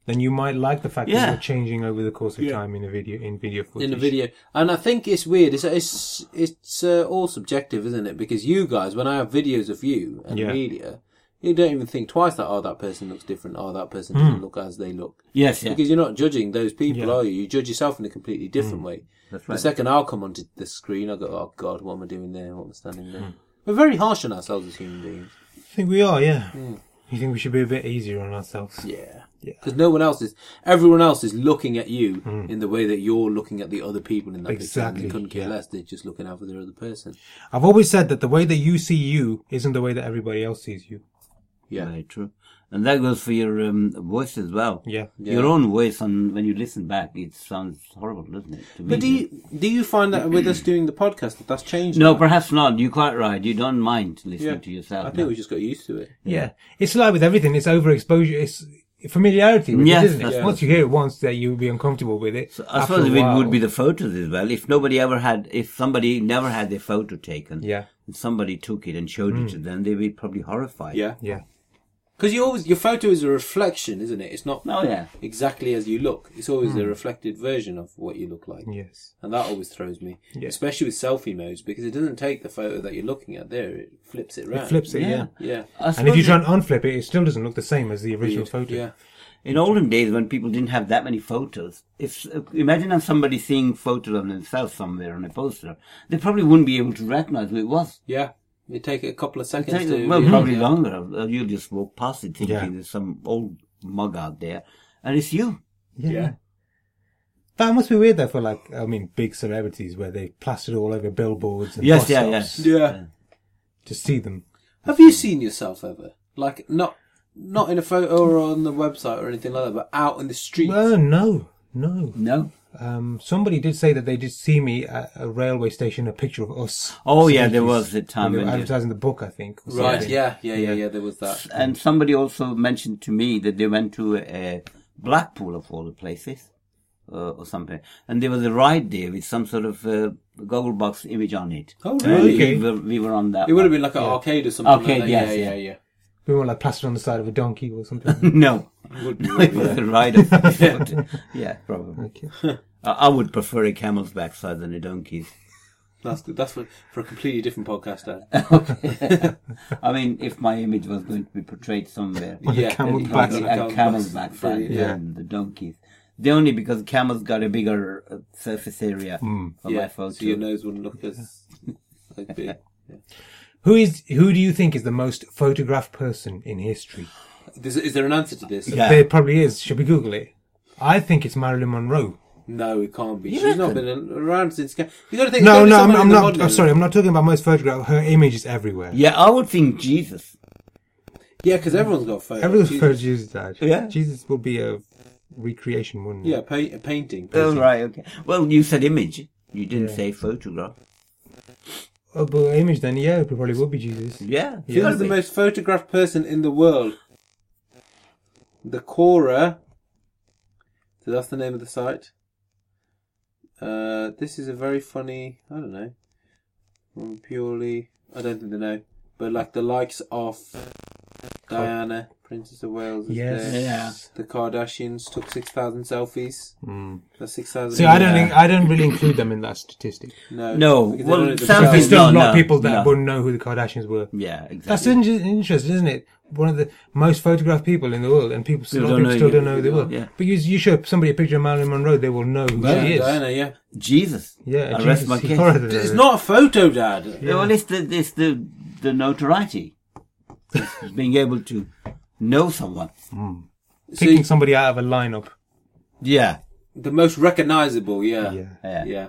C: then you might like the fact that
B: Yeah.
C: you're changing over the course of time in a video in video footage.
A: in the video. And I think it's weird. It's it's it's uh, all subjective, isn't it? Because you guys, when I have videos of you and
C: Yeah.
A: media, you don't even think twice that oh that person looks different, oh that person doesn't look as they look,
B: Yes, yeah.
A: because you're not judging those people,
C: Hmm. Yeah. Hmm.
A: are you? You judge yourself in a completely different way.
B: That's
A: The
B: right.
A: second I'll come onto the screen, I go, oh god, what am I doing there? What am I standing
C: Hmm.
A: there? We're very harsh on ourselves as human beings.
C: I think we are, yeah.
B: Hmm.
C: You think we should be a bit easier on ourselves?
A: Yeah.
C: Yeah. Hmm.
A: Because no one else is, everyone else is looking at you in the way that you're looking at the other people in that picture.
C: Exactly,
A: and They couldn't care
C: yeah.
A: less. They're just looking out for their other person.
C: I've always said that the way that you see you isn't the way that everybody else sees you.
A: Yeah.
B: Very true. And that goes for your um, voice as well.
C: Yeah.
B: Your own voice, on when you listen back, it sounds horrible, doesn't it? to me?
A: But do you do you find that with us doing the podcast that that's changed?
B: No,
A: now?
B: perhaps not. You're quite right. You don't mind listening
A: Yeah.
B: to yourself.
A: I think
B: now.
A: we just got used to it.
C: Yeah. It's like with everything, it's overexposure, it's familiarity with
B: Yes,
C: it, isn't it?
B: that's right.
C: Once you hear it once, that you'll be uncomfortable with it.
B: So I
C: After
B: suppose
C: a
B: if it would
C: while-
B: be the photos as well. If nobody ever had, if somebody never had their photo taken,
C: Yeah.
B: and somebody took it and showed it to them, they'd be probably horrified.
A: Yeah,
C: Yeah.
A: because you always your photo is a reflection, isn't it? It's not
B: Oh, yeah.
A: exactly as you look. It's always
C: Hmm.
A: a reflected version of what you look like,
C: Yes.
A: and that always throws me,
C: Yeah.
A: especially with selfie modes, because it doesn't take the photo that you're looking at there; it flips it around.
C: It flips it, yeah.
B: Yeah.
A: Yeah,
B: I
C: And if you
B: suppose
C: try and unflip it, it still doesn't look the same as the original photo.
A: yeah.
B: In olden days, when people didn't have that many photos, if imagine if somebody seeing photos of themselves somewhere on a poster, they probably wouldn't be able to recognize who it was.
A: yeah. It take a couple of seconds. to
B: Well,
A: be-
B: probably longer. Uh, You'll just walk past it thinking
C: Yeah.
B: there's some old mug out there, and it's you.
C: Yeah. That must be weird though for like I mean big celebrities where they plastered all over billboards and
B: Yes,
C: bus
B: yeah,
C: stops
B: yes.
A: Yeah.
C: to see them.
A: Have you seen yourself ever? Like not not in a photo or on the website or anything like that, but out in the street.
C: Well, no, no.
B: No.
C: Um, somebody did say that they did see me at a railway station, a picture of us.
B: Oh, yeah, there
C: celebrities,
B: was a time
C: when they
B: when
C: were
B: you-
C: advertising the book, I think. or
A: Right,
C: something.
A: yeah, yeah, yeah, yeah, there was that.
B: And somebody also mentioned to me that they went to uh, Blackpool of all the places. Uh, or something, and there was a ride there with some sort of uh, Google box image on it.
A: Oh, really?
C: Okay.
B: We were, we were on that.
A: It would
B: one.
A: have been like an arcade or something.
B: Arcade,
A: like that.
B: yes,
A: yeah, yeah,
B: yeah.
A: yeah.
C: We were like plastered on the side of a donkey or something. [laughs]
B: [laughs] No.
A: Would be,
B: No, it was a rider. yeah. probably. I, I would prefer a camel's backside than a donkey's.
A: That's good. That's for, for a completely different podcast.
C: [laughs]
A: Dan.
B: I mean, if my image was going to be portrayed
C: [laughs]
B: somewhere,
A: yeah,
C: camel's
A: yeah,
B: it would
C: back-
B: be
A: yeah,
B: a camel's
A: Brilliant.
B: backside
C: Yeah.
B: than the donkey's. The only because camels got a bigger uh, surface area for
C: Hmm.
A: Yeah,
B: my photo.
C: [laughs]
A: so your nose wouldn't look as as big.
C: Who is who do you think is the most photographed person in history?
A: Is, is there an answer to this?
B: Yeah.
C: There probably is. Should we Google it? I think it's Marilyn Monroe.
A: No, it can't be. She's not been around since. You got to think.
C: No,
A: there's
C: no, I'm,
A: someone
C: I'm
A: in the
C: not.
A: modern
C: I'm sorry, I'm not talking about most photographed. Her image is everywhere.
B: Yeah, I would think Jesus.
A: Yeah, because everyone's got a photo.
C: Every
A: She's-
C: photo Jesus died.
B: Yeah.
C: Jesus would be a recreation, wouldn't it?
A: Yeah, pa- a painting.
B: Oh, right, okay. Well, you said image. You didn't say photograph.
C: Oh, but image then, yeah, it probably would be Jesus.
B: Yeah.
C: Yeah.
A: Who's the most photographed person in the world? The Cora. So that's the name of the site. Uh, this is a very funny. I don't know. From Purely, I don't think they know, but like the likes of Diana, Princess of Wales. Is
C: Yes.
A: There.
B: Yeah.
A: The Kardashians took six thousand selfies.
C: Mm.
A: That's six thousand.
C: See, I don't think I don't really include them in that statistic.
A: No.
B: No,
A: because they
B: well,
A: don't know the
B: some
C: There's
A: themselves.
C: still a
B: No,
C: lot of
B: no,
C: people that
B: no.
C: wouldn't know who the Kardashians were.
B: Yeah, exactly.
C: That's in- interesting, isn't it? One of the most photographed people in the world, and people still,
B: People
C: people
B: don't know
C: still
B: who-
C: don't know who they were.
B: yeah.
C: But you, you show somebody a picture of Marilyn Monroe, they will know who
A: Yeah,
C: she is.
A: Diana, yeah.
B: Jesus.
C: Yeah,
B: I
C: [laughs]
B: rest my
C: Jesus.
B: case.
C: All right,
A: It's not a photo, Dad.
B: Yeah, Well, it's the it's the the notoriety, It's being able to know someone.
C: picking
A: See,
C: somebody out of a lineup.
B: Yeah.
A: the most recognizable, yeah.
C: Yeah.
B: Yeah.
A: Yeah.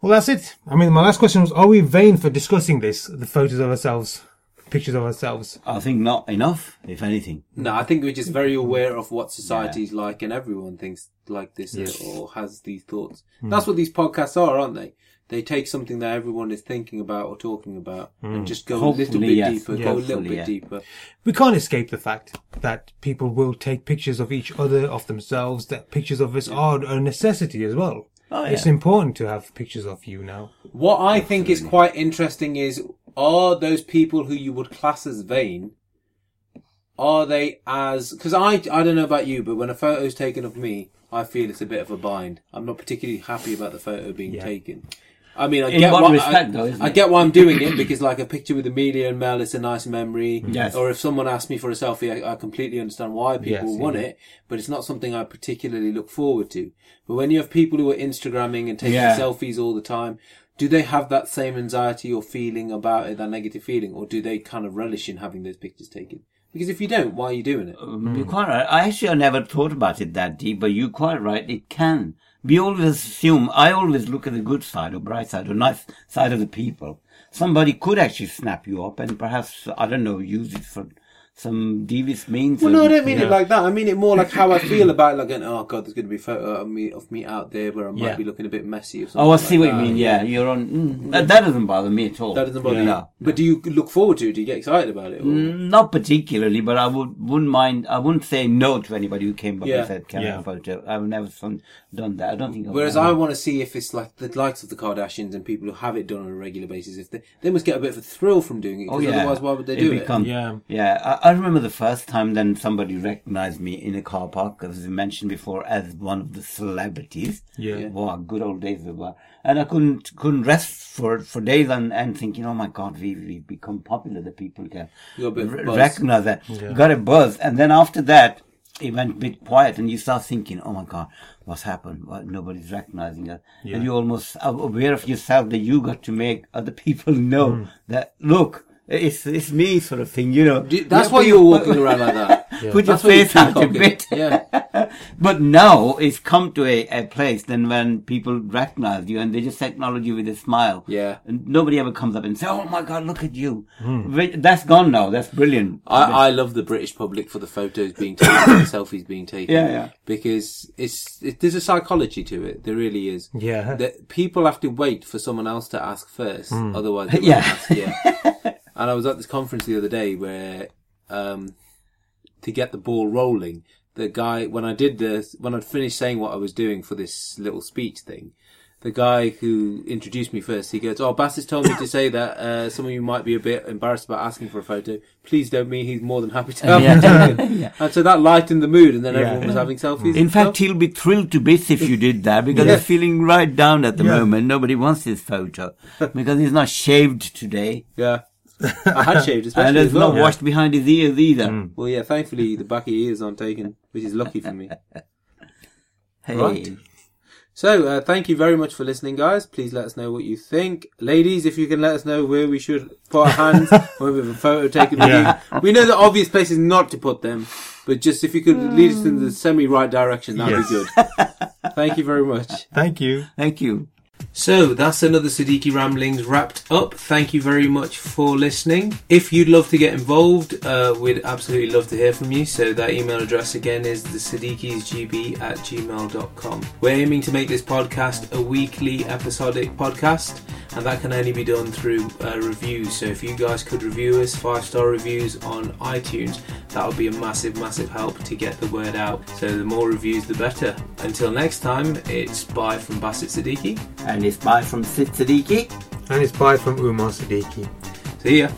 C: Well, that's it. I mean, my last question was: Are we vain for discussing this? The photos of ourselves, pictures of ourselves.
B: I think not enough, if anything.
A: No, I think we're just very aware of what society's like, and everyone thinks like this or has these thoughts. That's what these podcasts are, aren't they? They take something that everyone is thinking about or talking about, and just go a little
B: Hopefully,
A: bit
B: yes.
A: deeper,
B: Yeah.
A: go a little
B: Hopefully,
A: bit
B: yeah.
A: deeper.
C: We can't escape the fact that people will take pictures of each other, of themselves. That pictures of us are a necessity as well.
B: Oh,
C: It's
B: yeah.
C: important to have pictures of you now.
A: What I think is quite interesting is are those people who you would class as vain, are they as. Because I, I don't know about you, but when a photo's taken of me, I feel it's a bit of a bind. I'm not particularly happy about the photo being
C: Yeah.
A: taken. I mean, I
B: In
A: get
B: what
A: why- I,
B: respect, though, isn't
A: I
B: it?
A: get why I'm doing it because, like, a picture with Amelia and Mel, it's a nice memory.
B: Yes.
A: Or if someone asks me for a selfie, I, I completely understand why people
C: Yes,
A: want
C: yeah.
A: it, but it's not something I particularly look forward to. But when you have people who are Instagramming and taking
B: Yeah.
A: selfies all the time, do they have that same anxiety or feeling about it, that negative feeling, or do they kind of relish in having those pictures taken? Because if you don't, why are you doing it?
B: Um, You're quite right. I actually I never thought about it that deep, but you're quite right. It can. We always assume. I always look at the good side or bright side or nice side of the people. Somebody could actually snap you up and perhaps I don't know use it for some devious means.
A: Well, no, I
B: and-
A: don't mean it like that. I mean it more like how I feel about it, like, going, oh god, there's going to be a photo of me of me out there where I might
B: Yeah.
A: be looking a bit messy or something.
B: Oh, I see
A: like
B: what you
A: that.
B: mean. Yeah, you're on. Mm, that, that doesn't bother me at all.
A: That doesn't bother
B: Yeah.
A: you.
B: No.
A: But do you look forward to it? Do you get excited about it? Or?
B: Mm, Not particularly, but I would wouldn't mind. I wouldn't say no to anybody who came up
A: Yeah.
B: and said, "Can I
C: Yeah.
B: have a photo?" I've never done, done that. I don't think. I've
A: Whereas
B: done
A: I
B: it.
A: want to see if it's like the likes of the Kardashians and people who have it done on a regular basis, if they, they must get a bit of a thrill from doing it.
B: Oh
A: 'cause
B: yeah.
A: Otherwise, why would they
B: It
A: do it?
B: become-
C: Yeah.
B: yeah. I, I remember the first time then somebody recognized me in a car park, as I mentioned before, as one of the celebrities.
C: Yeah. Yeah.
B: Wow, good old days they were. And I couldn't couldn't rest for for days and, and thinking, oh my God, we we become popular. The people can
A: You got a bit of
B: re-
A: buzz.
B: recognize that. Got a buzz, and then after that. It went a bit quiet, and you start thinking, "Oh my God, what's happened? What, nobody's recognizing us." And you almost are aware of yourself that you got to make other people [laughs] know that look, it's it's me, sort of thing. You know,
A: Do- That's why you're walking around like
B: [laughs]
A: that.
B: Put your
A: That's why you
B: face out a
A: peacock it.
B: bit. [laughs]
A: Yeah.
B: But now it's come to a, a place then when people recognize you and they just acknowledge you with a smile.
A: Yeah.
B: And nobody ever comes up and says, Oh my God, look at you. Wait, That's gone now. That's brilliant.
A: I, I love the British public for the photos being taken, and [coughs] selfies being taken.
B: Yeah, yeah.
A: Because it's it, there's a psychology to it. There really is.
C: Yeah.
A: That people have to wait for someone else to ask first,
B: [laughs]
A: otherwise they
B: Hmm. Yeah.
A: yeah. ask. Yeah.
B: [laughs]
A: and I was at this conference the other day where um, to get the ball rolling. The guy, when I did this, when I'd finished saying what I was doing for this little speech thing, the guy who introduced me first, he goes, "Oh, Bass has told me to say that uh, some of you might be a bit embarrassed about asking for a photo. Please don't be. He's more than happy to have
B: [laughs] Yeah. Mm.
A: it taken." And so that lightened the mood, and then
C: Yeah.
A: everyone was having selfies.
B: In
A: and
B: fact,
A: stuff.
B: he'll be thrilled to bits if you did that because
A: Yeah.
B: he's feeling right down at the
C: Yeah.
B: moment. Nobody wants his photo because he's not shaved today
A: yeah, I had shaved, especially
B: [laughs] and
A: as
B: it's
A: well.
B: not washed behind his ears either.
A: Well, yeah. Thankfully, the back of your ears aren't taken, which is lucky for me.
B: Hey.
A: Right.
E: So, uh, thank you very much for listening, guys. Please let us know what you think. Ladies, if you can let us know where we should put our
C: [laughs]
E: hands when we have a photo taken with
C: Yeah.
E: you. We know the obvious places not to put them, but just if you could lead us in the semi right direction, that'd
C: Mm. Yes.
E: be good. Thank you very much.
C: Thank you.
B: Thank you.
A: So that's another Siddiqui Ramblings wrapped up. Thank you very much for listening. If you'd love to get involved, uh, we'd absolutely love to hear from you. So that email address again is thesiddiquisgb at gmail.com. We're aiming to make this podcast a weekly episodic podcast, and that can only be done through uh, reviews. So if you guys could review us, five star reviews on iTunes, that would be a massive, massive help to get the word out. So the more reviews, the better. Until next time, it's bye from Bassett Siddiqui.
B: And it's bye from Sid Siddiqui.
C: And it's bye from Umar Siddiqui.
A: See ya.